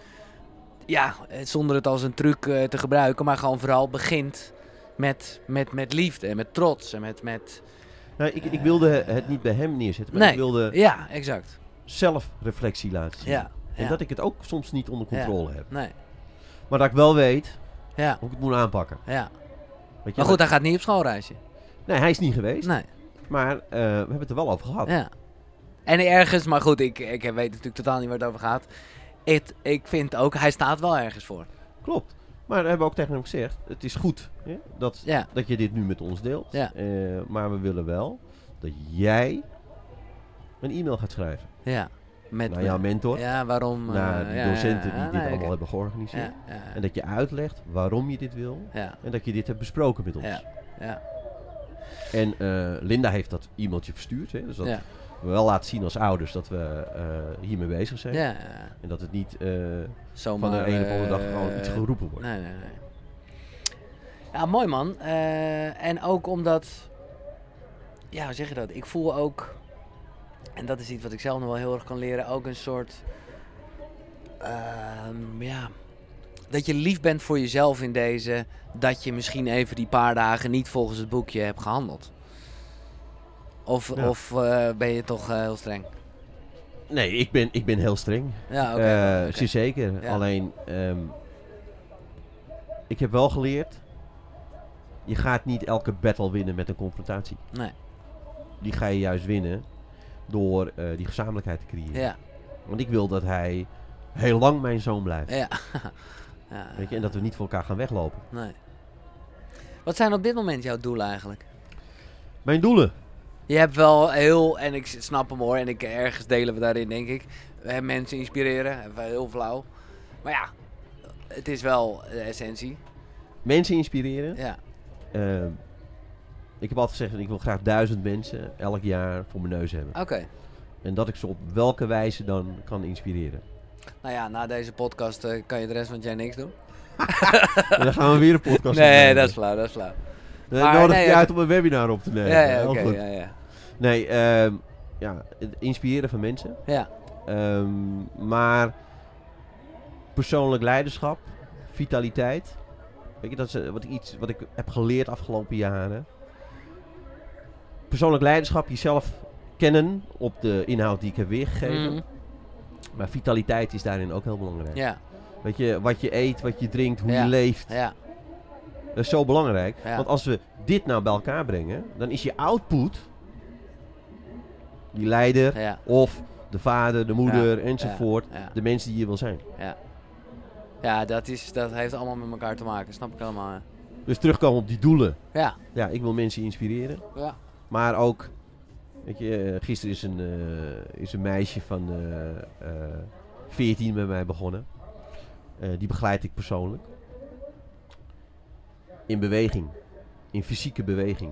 ja, eh, zonder het als een truc eh, te gebruiken, maar gewoon vooral begint met, met, met liefde en met trots en met, met... Nou, ik, ik wilde het niet bij hem neerzetten, maar Nee. ik wilde Ja, exact. zelfreflectie laten zien. Ja, En ja. dat ik het ook soms niet onder controle heb. Nee, Maar dat ik wel weet ja, hoe ik het moet aanpakken. ja. Weet je, Maar goed, hij gaat niet op schoolreisje. nee, hij is niet geweest, Nee, maar eh, we hebben het er wel over gehad. ja. En ergens, maar goed, ik, ik weet natuurlijk totaal niet waar het over gaat. Het- ik vind ook, hij staat wel ergens voor. Klopt. Maar we hebben we ook tegen hem gezegd, het is goed hè, dat, Ja, dat je dit nu met ons deelt. Ja. Eh, maar we willen wel dat jij een e-mail gaat schrijven ja. Met, naar jouw mentor, Ja, waarom... eh, Nou naar die ja, ja, docenten die ja, dit nee, allemaal oké. hebben georganiseerd. Ja, ja, En dat je uitlegt waarom je dit wil ja, en dat je dit hebt besproken met ons. ja, ja, En eh, Linda heeft dat e-mailtje verstuurd. Hè, dus dat Ja. we wel laten zien als ouders dat we eh, hiermee bezig zijn. ja, ja. En dat het niet eh, Zomaar... van de ene op de andere dag eh, gewoon iets geroepen wordt. Nee, nee, nee. Ja, mooi man. Eh, en ook omdat... Ja, hoe zeg je dat? Ik voel ook... En dat is iets wat ik zelf nog wel heel erg kan leren. Ook een soort... ehm, ja... Dat je lief bent voor jezelf in deze... Dat je misschien even die paar dagen niet volgens het boekje hebt gehandeld. Of, Ja. of eh, ben je toch eh, heel streng? Nee, ik ben, ik ben heel streng. Ja, oké. Eh, oké. zeer Zeker. Ja. Alleen, ehm, ik heb wel geleerd, je gaat niet elke battle winnen met een confrontatie. Nee. Die ga je juist winnen door eh, die gezamenlijkheid te creëren. Ja, Want ik wil dat hij heel lang mijn zoon blijft. ja. ja. Weet je, en dat we niet voor elkaar gaan weglopen. Nee. Wat zijn op dit moment jouw doelen eigenlijk? Mijn doelen. Je hebt wel heel, en ik snap hem hoor, en ik, ergens delen we daarin denk ik. Eh, Mensen inspireren, even heel flauw. Maar ja, het is wel de essentie. Mensen inspireren. Ja, Ehm, ik heb altijd gezegd, ik wil graag duizend mensen elk jaar voor mijn neus hebben. oké. En dat ik ze op welke wijze dan kan inspireren. Nou ja, na deze podcast eh, kan je de rest van het jaar niks doen. En dan gaan we weer een podcast Nee, opnemen. dat is flauw, dat is flauw. Dan maar nodig nee, ik je oké. uit om een webinar op te nemen. ja, ja, Heel oké, goed. ja, ja. Nee, ehm, ja, het inspireren van mensen. Ja, Ehm, maar persoonlijk leiderschap, vitaliteit. Weet je, dat is eh, wat ik, iets wat ik heb geleerd afgelopen jaren. Persoonlijk leiderschap, jezelf kennen op de inhoud die ik heb weergegeven. Mm, Maar vitaliteit is daarin ook heel belangrijk. ja, Weet je, wat je eet, wat je drinkt, hoe Ja. je leeft. ja, Dat is zo belangrijk. Ja. Want als we dit nou bij elkaar brengen, dan is je output, die leider ja, of de vader, de moeder enzovoort, ja. de mensen die je wil zijn. Ja, dat, is, dat heeft allemaal met elkaar te maken, snap ik allemaal. ja. Dus terugkomen op die doelen. Ja, Ja, ik wil mensen inspireren. ja, Maar ook, weet je, eh, gisteren is een, eh, is een meisje van eh, eh, 14 bij mij begonnen. Eh, die begeleid ik persoonlijk. In beweging. In fysieke beweging.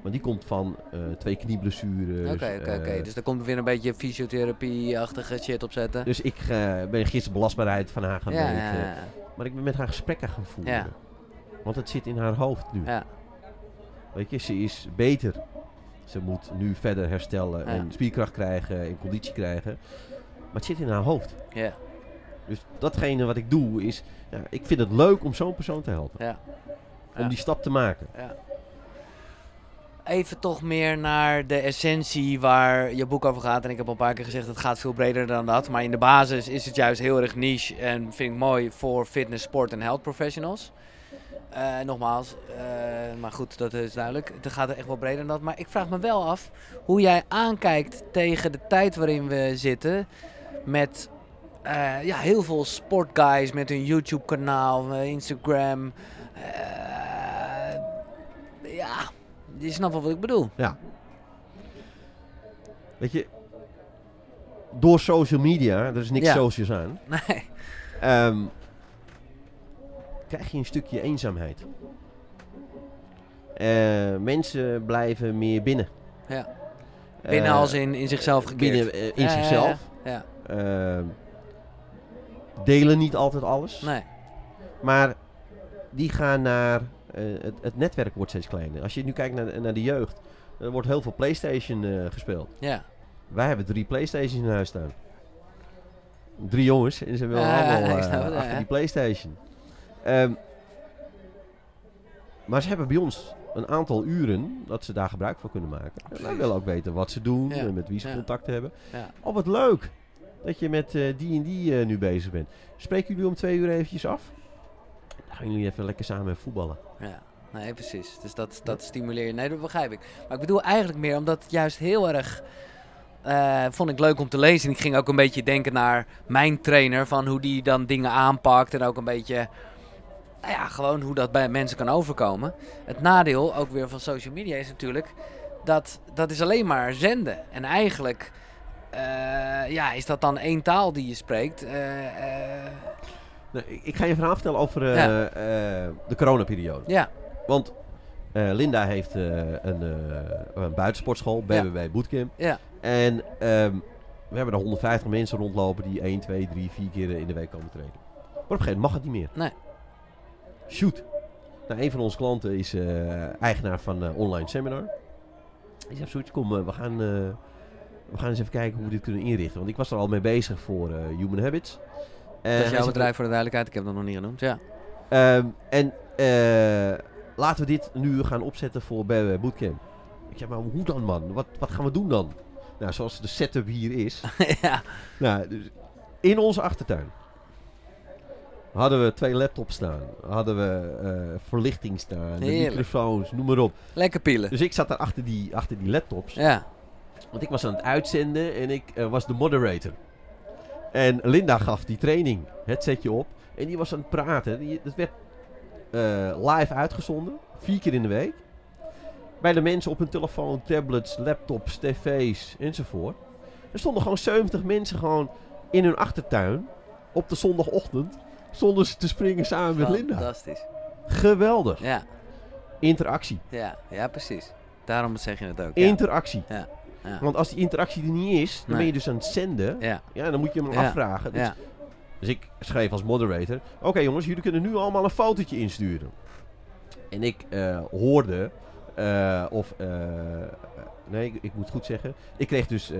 Want die komt van eh, twee knieblessures. oké, oké, eh, oké. Dus daar komt weer een beetje fysiotherapie-achtige shit op zetten. Dus ik eh, ben gisteren belastbaarheid van haar gaan ja, meten. ja, ja. Maar ik ben met haar gesprekken gaan voeren. Ja. Want het zit in haar hoofd nu. Ja. Weet je, ze is beter. Ze moet nu verder herstellen Ja. en spierkracht krijgen en conditie krijgen. Maar het zit in haar hoofd. Ja. Dus datgene wat ik doe is, ja, ik vind het leuk om zo'n persoon te helpen. Ja. Om Ja. die stap te maken. Even toch meer naar de essentie waar je boek over gaat. En ik heb al een paar keer gezegd, het gaat veel breder dan dat. Maar in de basis is het juist heel erg niche en vind ik mooi voor fitness, sport en health professionals. Eh, nogmaals, eh, maar goed, dat is duidelijk. Het gaat er echt wel breder dan dat. Maar ik vraag me wel af hoe jij aankijkt tegen de tijd waarin we zitten. Met eh, ja, heel veel sportguys met hun YouTube-kanaal, eh, Instagram. Eh, ja, je snapt wel wat ik bedoel. Weet je, door social media, er is niks Ja. socials aan, Nee. ehm, krijg je een stukje eenzaamheid. Eh, mensen blijven meer binnen. Ja. Binnen Eh, als in, in zichzelf gekeerd. binnen, eh, in Ja, ja, ja. zichzelf. Ja, Ehm, delen niet altijd alles. nee. Maar die gaan naar. eh, het, het netwerk wordt steeds kleiner. Als je nu kijkt naar, naar de jeugd, er wordt heel veel PlayStation eh, gespeeld. Ja. Wij hebben drie PlayStations in huis staan. Drie jongens en ze willen Ja, ja, allemaal ik eh, snap het, ja, achter ja. die PlayStation. Ehm, maar ze hebben bij ons een aantal uren dat ze daar gebruik van kunnen maken. En wij Precies. willen ook weten wat ze doen Ja, en met wie ze ja. contact hebben. Ja. Oh, wat leuk dat je met eh, die en die eh, nu bezig bent. Spreken jullie om twee uur eventjes af? Dan gaan jullie even lekker samen voetballen. Ja, nee, precies. Dus dat, dat stimuleer je. Nee, dat begrijp ik. Maar ik bedoel eigenlijk meer omdat het juist heel erg. eh, vond ik leuk om te lezen. En ik ging ook een beetje denken naar mijn trainer. Van hoe die dan dingen aanpakt. En ook een beetje. Nou ja, gewoon hoe dat bij mensen kan overkomen. Het nadeel ook weer van social media is natuurlijk. Dat, dat is alleen maar zenden. En eigenlijk. eh, ja, is dat dan één taal die je spreekt? Eh, eh, Nou, ik, ik ga je een verhaal vertellen over eh, Ja. eh, de coronaperiode. ja, Want eh, Linda heeft eh, een, eh, een buitensportschool, Ja. BBB Bootcamp. Ja. En ehm, we hebben er 150 mensen rondlopen die 1, 2, 3, 4 keer in de week komen trainen. Maar op een gegeven moment mag het niet meer. Nee. Shoot. Nou, een van onze klanten is eh, eigenaar van eh, Online Seminar. Die zei, zoiets, kom, eh, we, gaan, eh, we gaan eens even kijken hoe we dit kunnen inrichten. Want ik was er al mee bezig voor eh, Human Habits. En dat hij is zei, jouw bedrijf voor de duidelijkheid. Ik heb dat nog niet genoemd. Ja, Ehm, en eh, laten we dit nu gaan opzetten voor bij eh, Bootcamp. Ik zeg maar, hoe dan man? Wat, wat gaan we doen dan? Nou, zoals de setup hier is. ja. nou, dus in onze achtertuin hadden we twee laptops staan. Hadden we eh, verlichting staan, de Heerlijk. microfoons, noem maar op. lekker pielen. Dus ik zat daar achter die, achter die laptops. Ja. Want ik was aan het uitzenden en ik eh, was de moderator. En Linda gaf die training, het setje op. En die was aan het praten. Die, dat werd eh, live uitgezonden, vier keer in de week. Bij de mensen op hun telefoon, tablets, laptops, tv's enzovoort. Er stonden gewoon 70 mensen gewoon in hun achtertuin op de zondagochtend. Stonden ze te springen samen met Linda. Fantastisch. Geweldig. Ja, Interactie. ja, ja, precies. Daarom zeg je het ook. Ja. Interactie. Ja, ja. Want als die interactie er niet is, Nee. dan ben je dus aan het zenden. Ja, Ja, dan moet je hem Ja, afvragen. Dus, ja, dus ik schreef als moderator: Oké jongens, jullie kunnen nu allemaal een fotootje insturen. En ik eh, hoorde, eh, of eh, nee, ik, ik moet goed zeggen. Ik kreeg dus eh,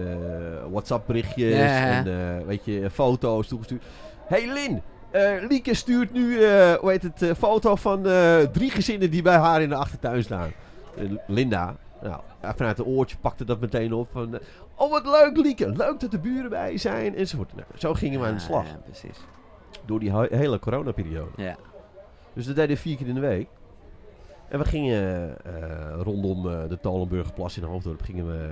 WhatsApp-berichtjes Ja, ja, ja. en eh, weet je, foto's toegestuurd. Hé hey Lin, eh, Lieke stuurt nu, eh, hoe heet het, eh, foto van eh, drie gezinnen die bij haar in de achtertuin staan. Eh, Linda, nou, vanuit de oortje pakte dat meteen op. Van, eh, oh wat leuk Lieke, leuk dat de buren bij zijn enzovoort. Nou, zo gingen we aan de Ja, slag Ja, precies. door die hu- hele coronaperiode. Ja. Dus dat deden we vier keer in de week. En we gingen eh, rondom eh, de Talenburgerplas in Hoofddorp gingen we,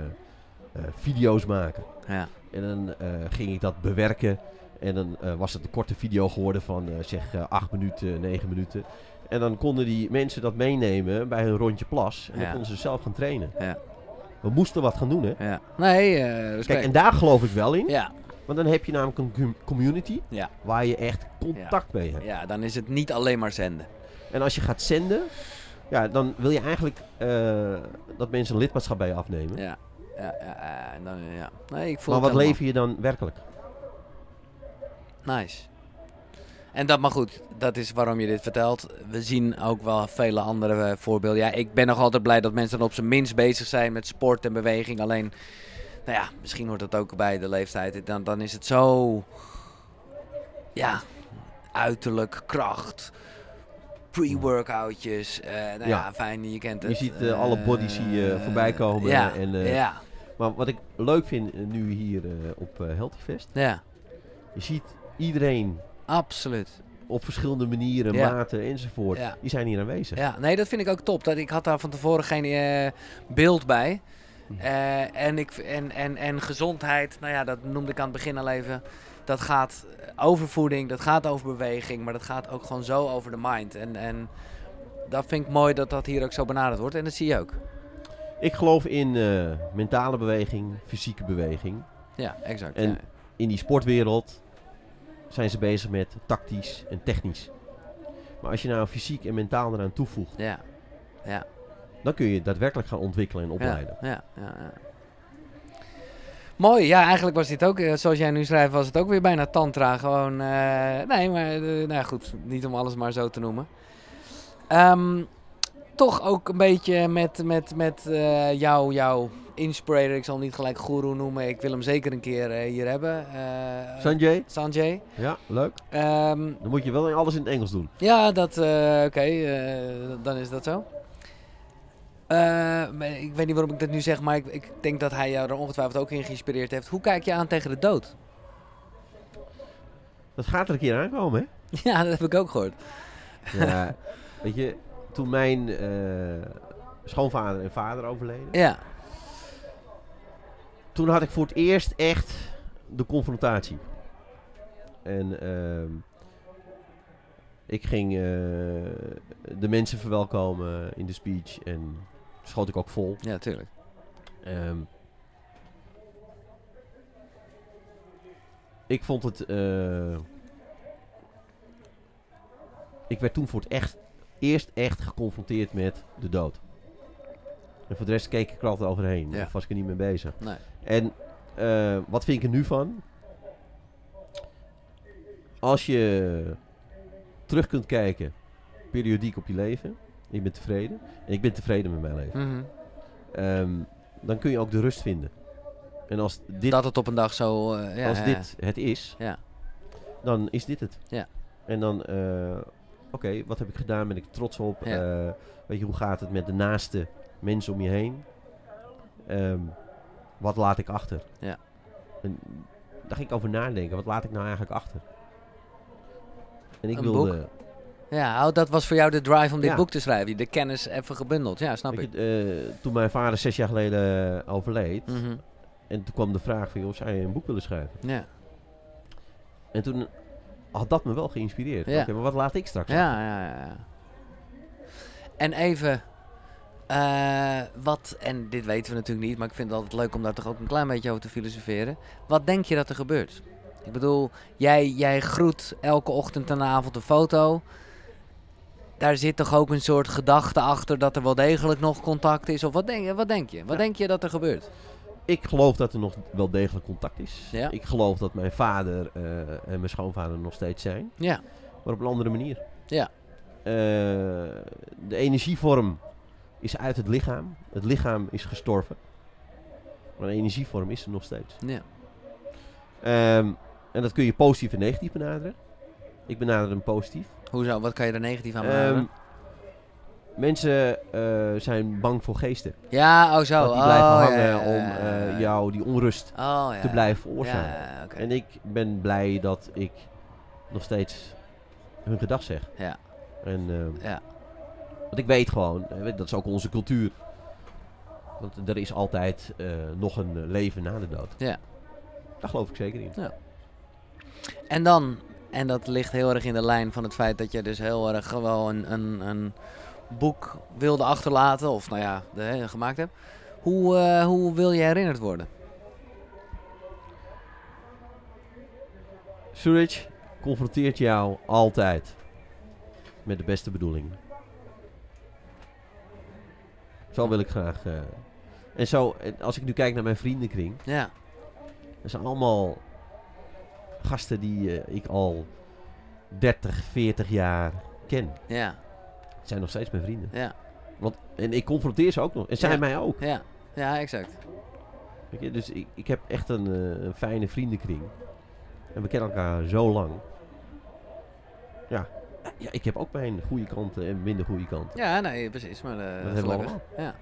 eh, video's maken. Ja, En dan eh, ging ik dat bewerken. En dan eh, was het een korte video geworden van eh, zeg eh, acht minuten, negen minuten. En dan konden die mensen dat meenemen bij hun rondje plas. En dan Ja. konden ze zelf gaan trainen. Ja. We moesten wat gaan doen, hè. ja. Nee, eh Kijk, respect. en daar geloof ik wel in. ja, Want dan heb je namelijk een com- community Ja. waar je echt contact mee hebt. ja, dan is het niet alleen maar zenden. En als je gaat zenden, ja, dan wil je eigenlijk eh, dat mensen een lidmaatschap bij je afnemen. Ja, ja, ja, ja, en dan, ja. Nee, ik voel maar het wat helemaal. lever je dan werkelijk? Nice. En dat, maar goed, dat is waarom je dit vertelt. We zien ook wel vele andere eh, voorbeelden. Ja, ik ben nog altijd blij dat mensen dan op zijn minst bezig zijn met sport en beweging. Alleen, nou ja, misschien hoort dat ook bij de leeftijd. Dan, dan is het zo, ja, uiterlijk, kracht, pre-workoutjes. eh, nou ja. Ja. fijn, je kent Je het. ziet, eh, alle bodies zie je Eh, voorbij komen, Ja, eh, en, eh, ja, Maar wat ik leuk vind eh, nu hier eh, op eh Healthy Fest, ja, je ziet iedereen absoluut. op verschillende manieren, Ja. maten enzovoort, Ja. die zijn hier aanwezig. Ja, nee, dat vind ik ook top. Dat, ik had daar van tevoren geen eh, beeld bij. Hm. Eh, en, ik, en, en, en gezondheid, nou ja, dat noemde ik aan het begin al even. Dat gaat over voeding, dat gaat over beweging, maar dat gaat ook gewoon zo over de mind. En, en dat vind ik mooi dat dat hier ook zo benaderd wordt. En dat zie je ook. Ik geloof in eh, mentale beweging, fysieke beweging. Ja, exact. En- ja. In die sportwereld zijn ze bezig met tactisch en technisch. Maar als je nou fysiek en mentaal eraan toevoegt, Ja. dan kun je daadwerkelijk gaan ontwikkelen en opleiden. Ja, ja, ja, ja. Mooi, ja, eigenlijk was dit ook, eh, zoals jij nu schrijft, was het ook weer bijna tantra. Gewoon, eh, nee, maar eh, nou ja, goed, niet om alles maar zo te noemen. Ehm, toch ook een beetje met, met, met eh jou, jouw inspirator. Ik zal hem niet gelijk guru noemen. Ik wil hem zeker een keer eh, hier hebben. eh, Sanjay, Sanjay. ja, leuk. Ehm, Dan moet je wel alles in het Engels doen. ja, dat, eh, oké, eh, dan is dat zo. Eh, maar ik weet niet waarom ik dat nu zeg, maar ik, ik denk dat hij jou er ongetwijfeld ook in geïnspireerd heeft. Hoe kijk je aan tegen de dood? Dat gaat er een keer aankomen, hè? Ja, dat heb ik ook gehoord. Ja, weet je, toen mijn eh, schoonvader en vader overleden, Ja, toen had ik voor het eerst echt de confrontatie. En ehm, ik ging eh, de mensen verwelkomen in de speech en schoot ik ook vol. ja, tuurlijk. Ehm, ik vond het. eh, ik werd toen voor het echt, eerst echt geconfronteerd met de dood. En voor de rest keek ik er altijd overheen. Ja. Of was ik er niet mee bezig. Nee. En eh, wat vind ik er nu van? Als je terug kunt kijken, periodiek op je leven. Ik ben tevreden. En ik ben tevreden met mijn leven. Mhm. Ehm, dan kun je ook de rust vinden. En als dit, dat het op een dag zo... eh, ja, als ja, dit het is, Ja. dan is dit het. Ja. En dan, eh, oké, wat heb ik gedaan? Ben ik trots op? Ja. Eh, weet je, hoe gaat het met de naaste mensen om je heen? Ehm, wat laat ik achter? Ja. En daar ging ik over nadenken. Wat laat ik nou eigenlijk achter? En ik Een wilde... Ja, ja oh, dat was voor jou de drive om dit Ja. boek te schrijven. De kennis even gebundeld. Ja, snap weet ik. je, eh, toen mijn vader zes jaar geleden eh, overleed... Mhm. En toen kwam de vraag van, joh, zou je een boek willen schrijven? Ja, En toen had dat me wel geïnspireerd. Ja. Oké, maar wat laat ik straks? achter? ja, ja, ja. ja. En even... eh, wat, en dit weten we natuurlijk niet, maar ik vind het altijd leuk om daar toch ook een klein beetje over te filosoferen. Wat denk je dat er gebeurt? Ik bedoel, jij, jij groet elke ochtend en avond een foto. Daar zit toch ook een soort gedachte achter dat er wel degelijk nog contact is? Of wat denk, wat denk je? Wat Ja. denk je dat er gebeurt? Ik geloof dat er nog wel degelijk contact is. Ja. Ik geloof dat mijn vader eh, en mijn schoonvader nog steeds zijn. Ja, Maar op een andere manier. Ja. Eh, de energievorm is uit het lichaam. Het lichaam is gestorven. Maar de energievorm is er nog steeds. ja. Ehm, en dat kun je positief en negatief benaderen. Ik benader hem positief. Hoezo? Wat kan je er negatief aan Ehm, maken? mensen eh, zijn bang voor geesten. ja, oh zo. dat die oh, blijven ja, hangen ja, om ja, ja, eh, ja. jou die onrust Oh, ja. te blijven Ja, veroorzaken. ja, oké. En ik ben blij dat ik nog steeds hun gedag zeg. Ja. En, ehm, Ja. Want ik weet gewoon, eh, weet- dat is ook onze cultuur. Want er is altijd eh, nog een eh, leven na de dood. Ja. Daar geloof ik zeker in. En dan, en dat ligt heel erg in de lijn van het feit dat je dus heel erg gewoon een, een, een boek wilde achterlaten, of nou ja, de, hè, gemaakt hebt. Hoe, eh, hoe wil je herinnerd worden? Suraj confronteert jou altijd met de beste bedoelingen. Zo wil ik graag. eh, en zo, en als ik nu kijk naar mijn vriendenkring, Ja, dat zijn allemaal gasten die eh, ik al 30, 40 jaar ken. ja, Het zijn nog steeds mijn vrienden. ja, Want, en ik confronteer ze ook nog. En zij Ja. mij ook. ja, ja, exact. Weet je, dus ik, ik heb echt een, eh, een fijne vriendenkring. En we kennen elkaar zo lang. Ja, ja ik heb ook mijn goede kanten en minder goede kanten. Ja, nee, precies, maar eh, hebben we gelukkig. allemaal. Ja.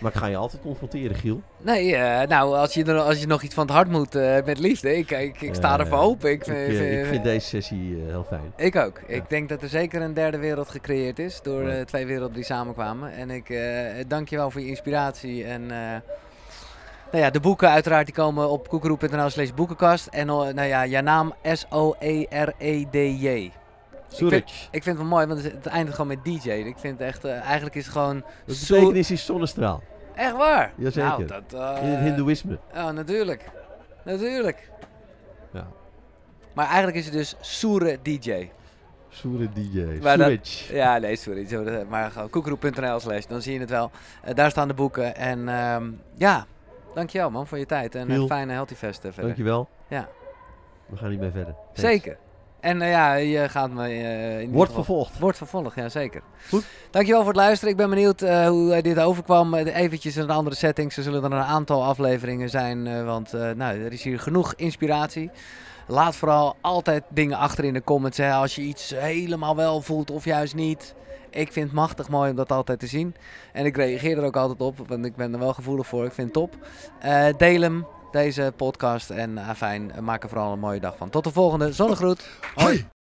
Maar ik ga je altijd confronteren, Giel. Nee, eh, nou, als je, er, als je nog iets van het hart moet eh, met liefde, ik, ik, ik sta Eh, ervoor open. Ik, Ik, eh, vind- ik vind deze sessie eh, heel fijn. Ik ook. Ja. Ik denk dat er zeker een derde wereld gecreëerd is door Ja. eh, twee werelden die samenkwamen. En ik eh, dank je wel voor je inspiratie. En eh, nou ja, de boeken uiteraard die komen op koekeroe.nl slash boekenkast. En eh, nou ja, jouw naam E S-O-E-R-E-D-J. Zurich. Ik vind het wel mooi, want het eindigt gewoon met DJ. Ik vind het echt, eh, eigenlijk is het gewoon... De Zo- betekenis is zonnestraal. Echt waar? Jazeker. Nou, dat... eh, In het hindoeïsme. Oh, natuurlijk. Natuurlijk. Ja. Maar eigenlijk is het dus Soere DJ. Soere DJ. Maar dat- Zurich. Ja, nee, sorry. Zo, eh, Maar gewoon koekeroep.nl slash, dan zie je het wel. Eh, daar staan de boeken. En ehm ja, dankjewel man voor je tijd. En Giel. een fijne Healthy Fest eh, verder. Dankjewel. Ja. We gaan niet meer verder. Thanks. Zeker. En eh, ja, je gaat me... eh, in ieder Wordt geval- vervolgd. Wordt vervolgd, ja zeker. Goed. Dankjewel voor het luisteren. Ik ben benieuwd eh, hoe eh, dit overkwam. Even eventjes in een andere setting. Er zullen er een aantal afleveringen zijn. eh, want eh, nou, er is hier genoeg inspiratie. Laat vooral altijd dingen achter in de comments. Hè, als je iets helemaal wel voelt of juist niet. Ik vind het machtig mooi om dat altijd te zien. En ik reageer er ook altijd op. Want ik ben er wel gevoelig voor. Ik vind het top. Eh, deel hem. eh, Deze podcast. En afijn, maak er vooral een mooie dag van. Tot de volgende. Zonnegroet. Hoi.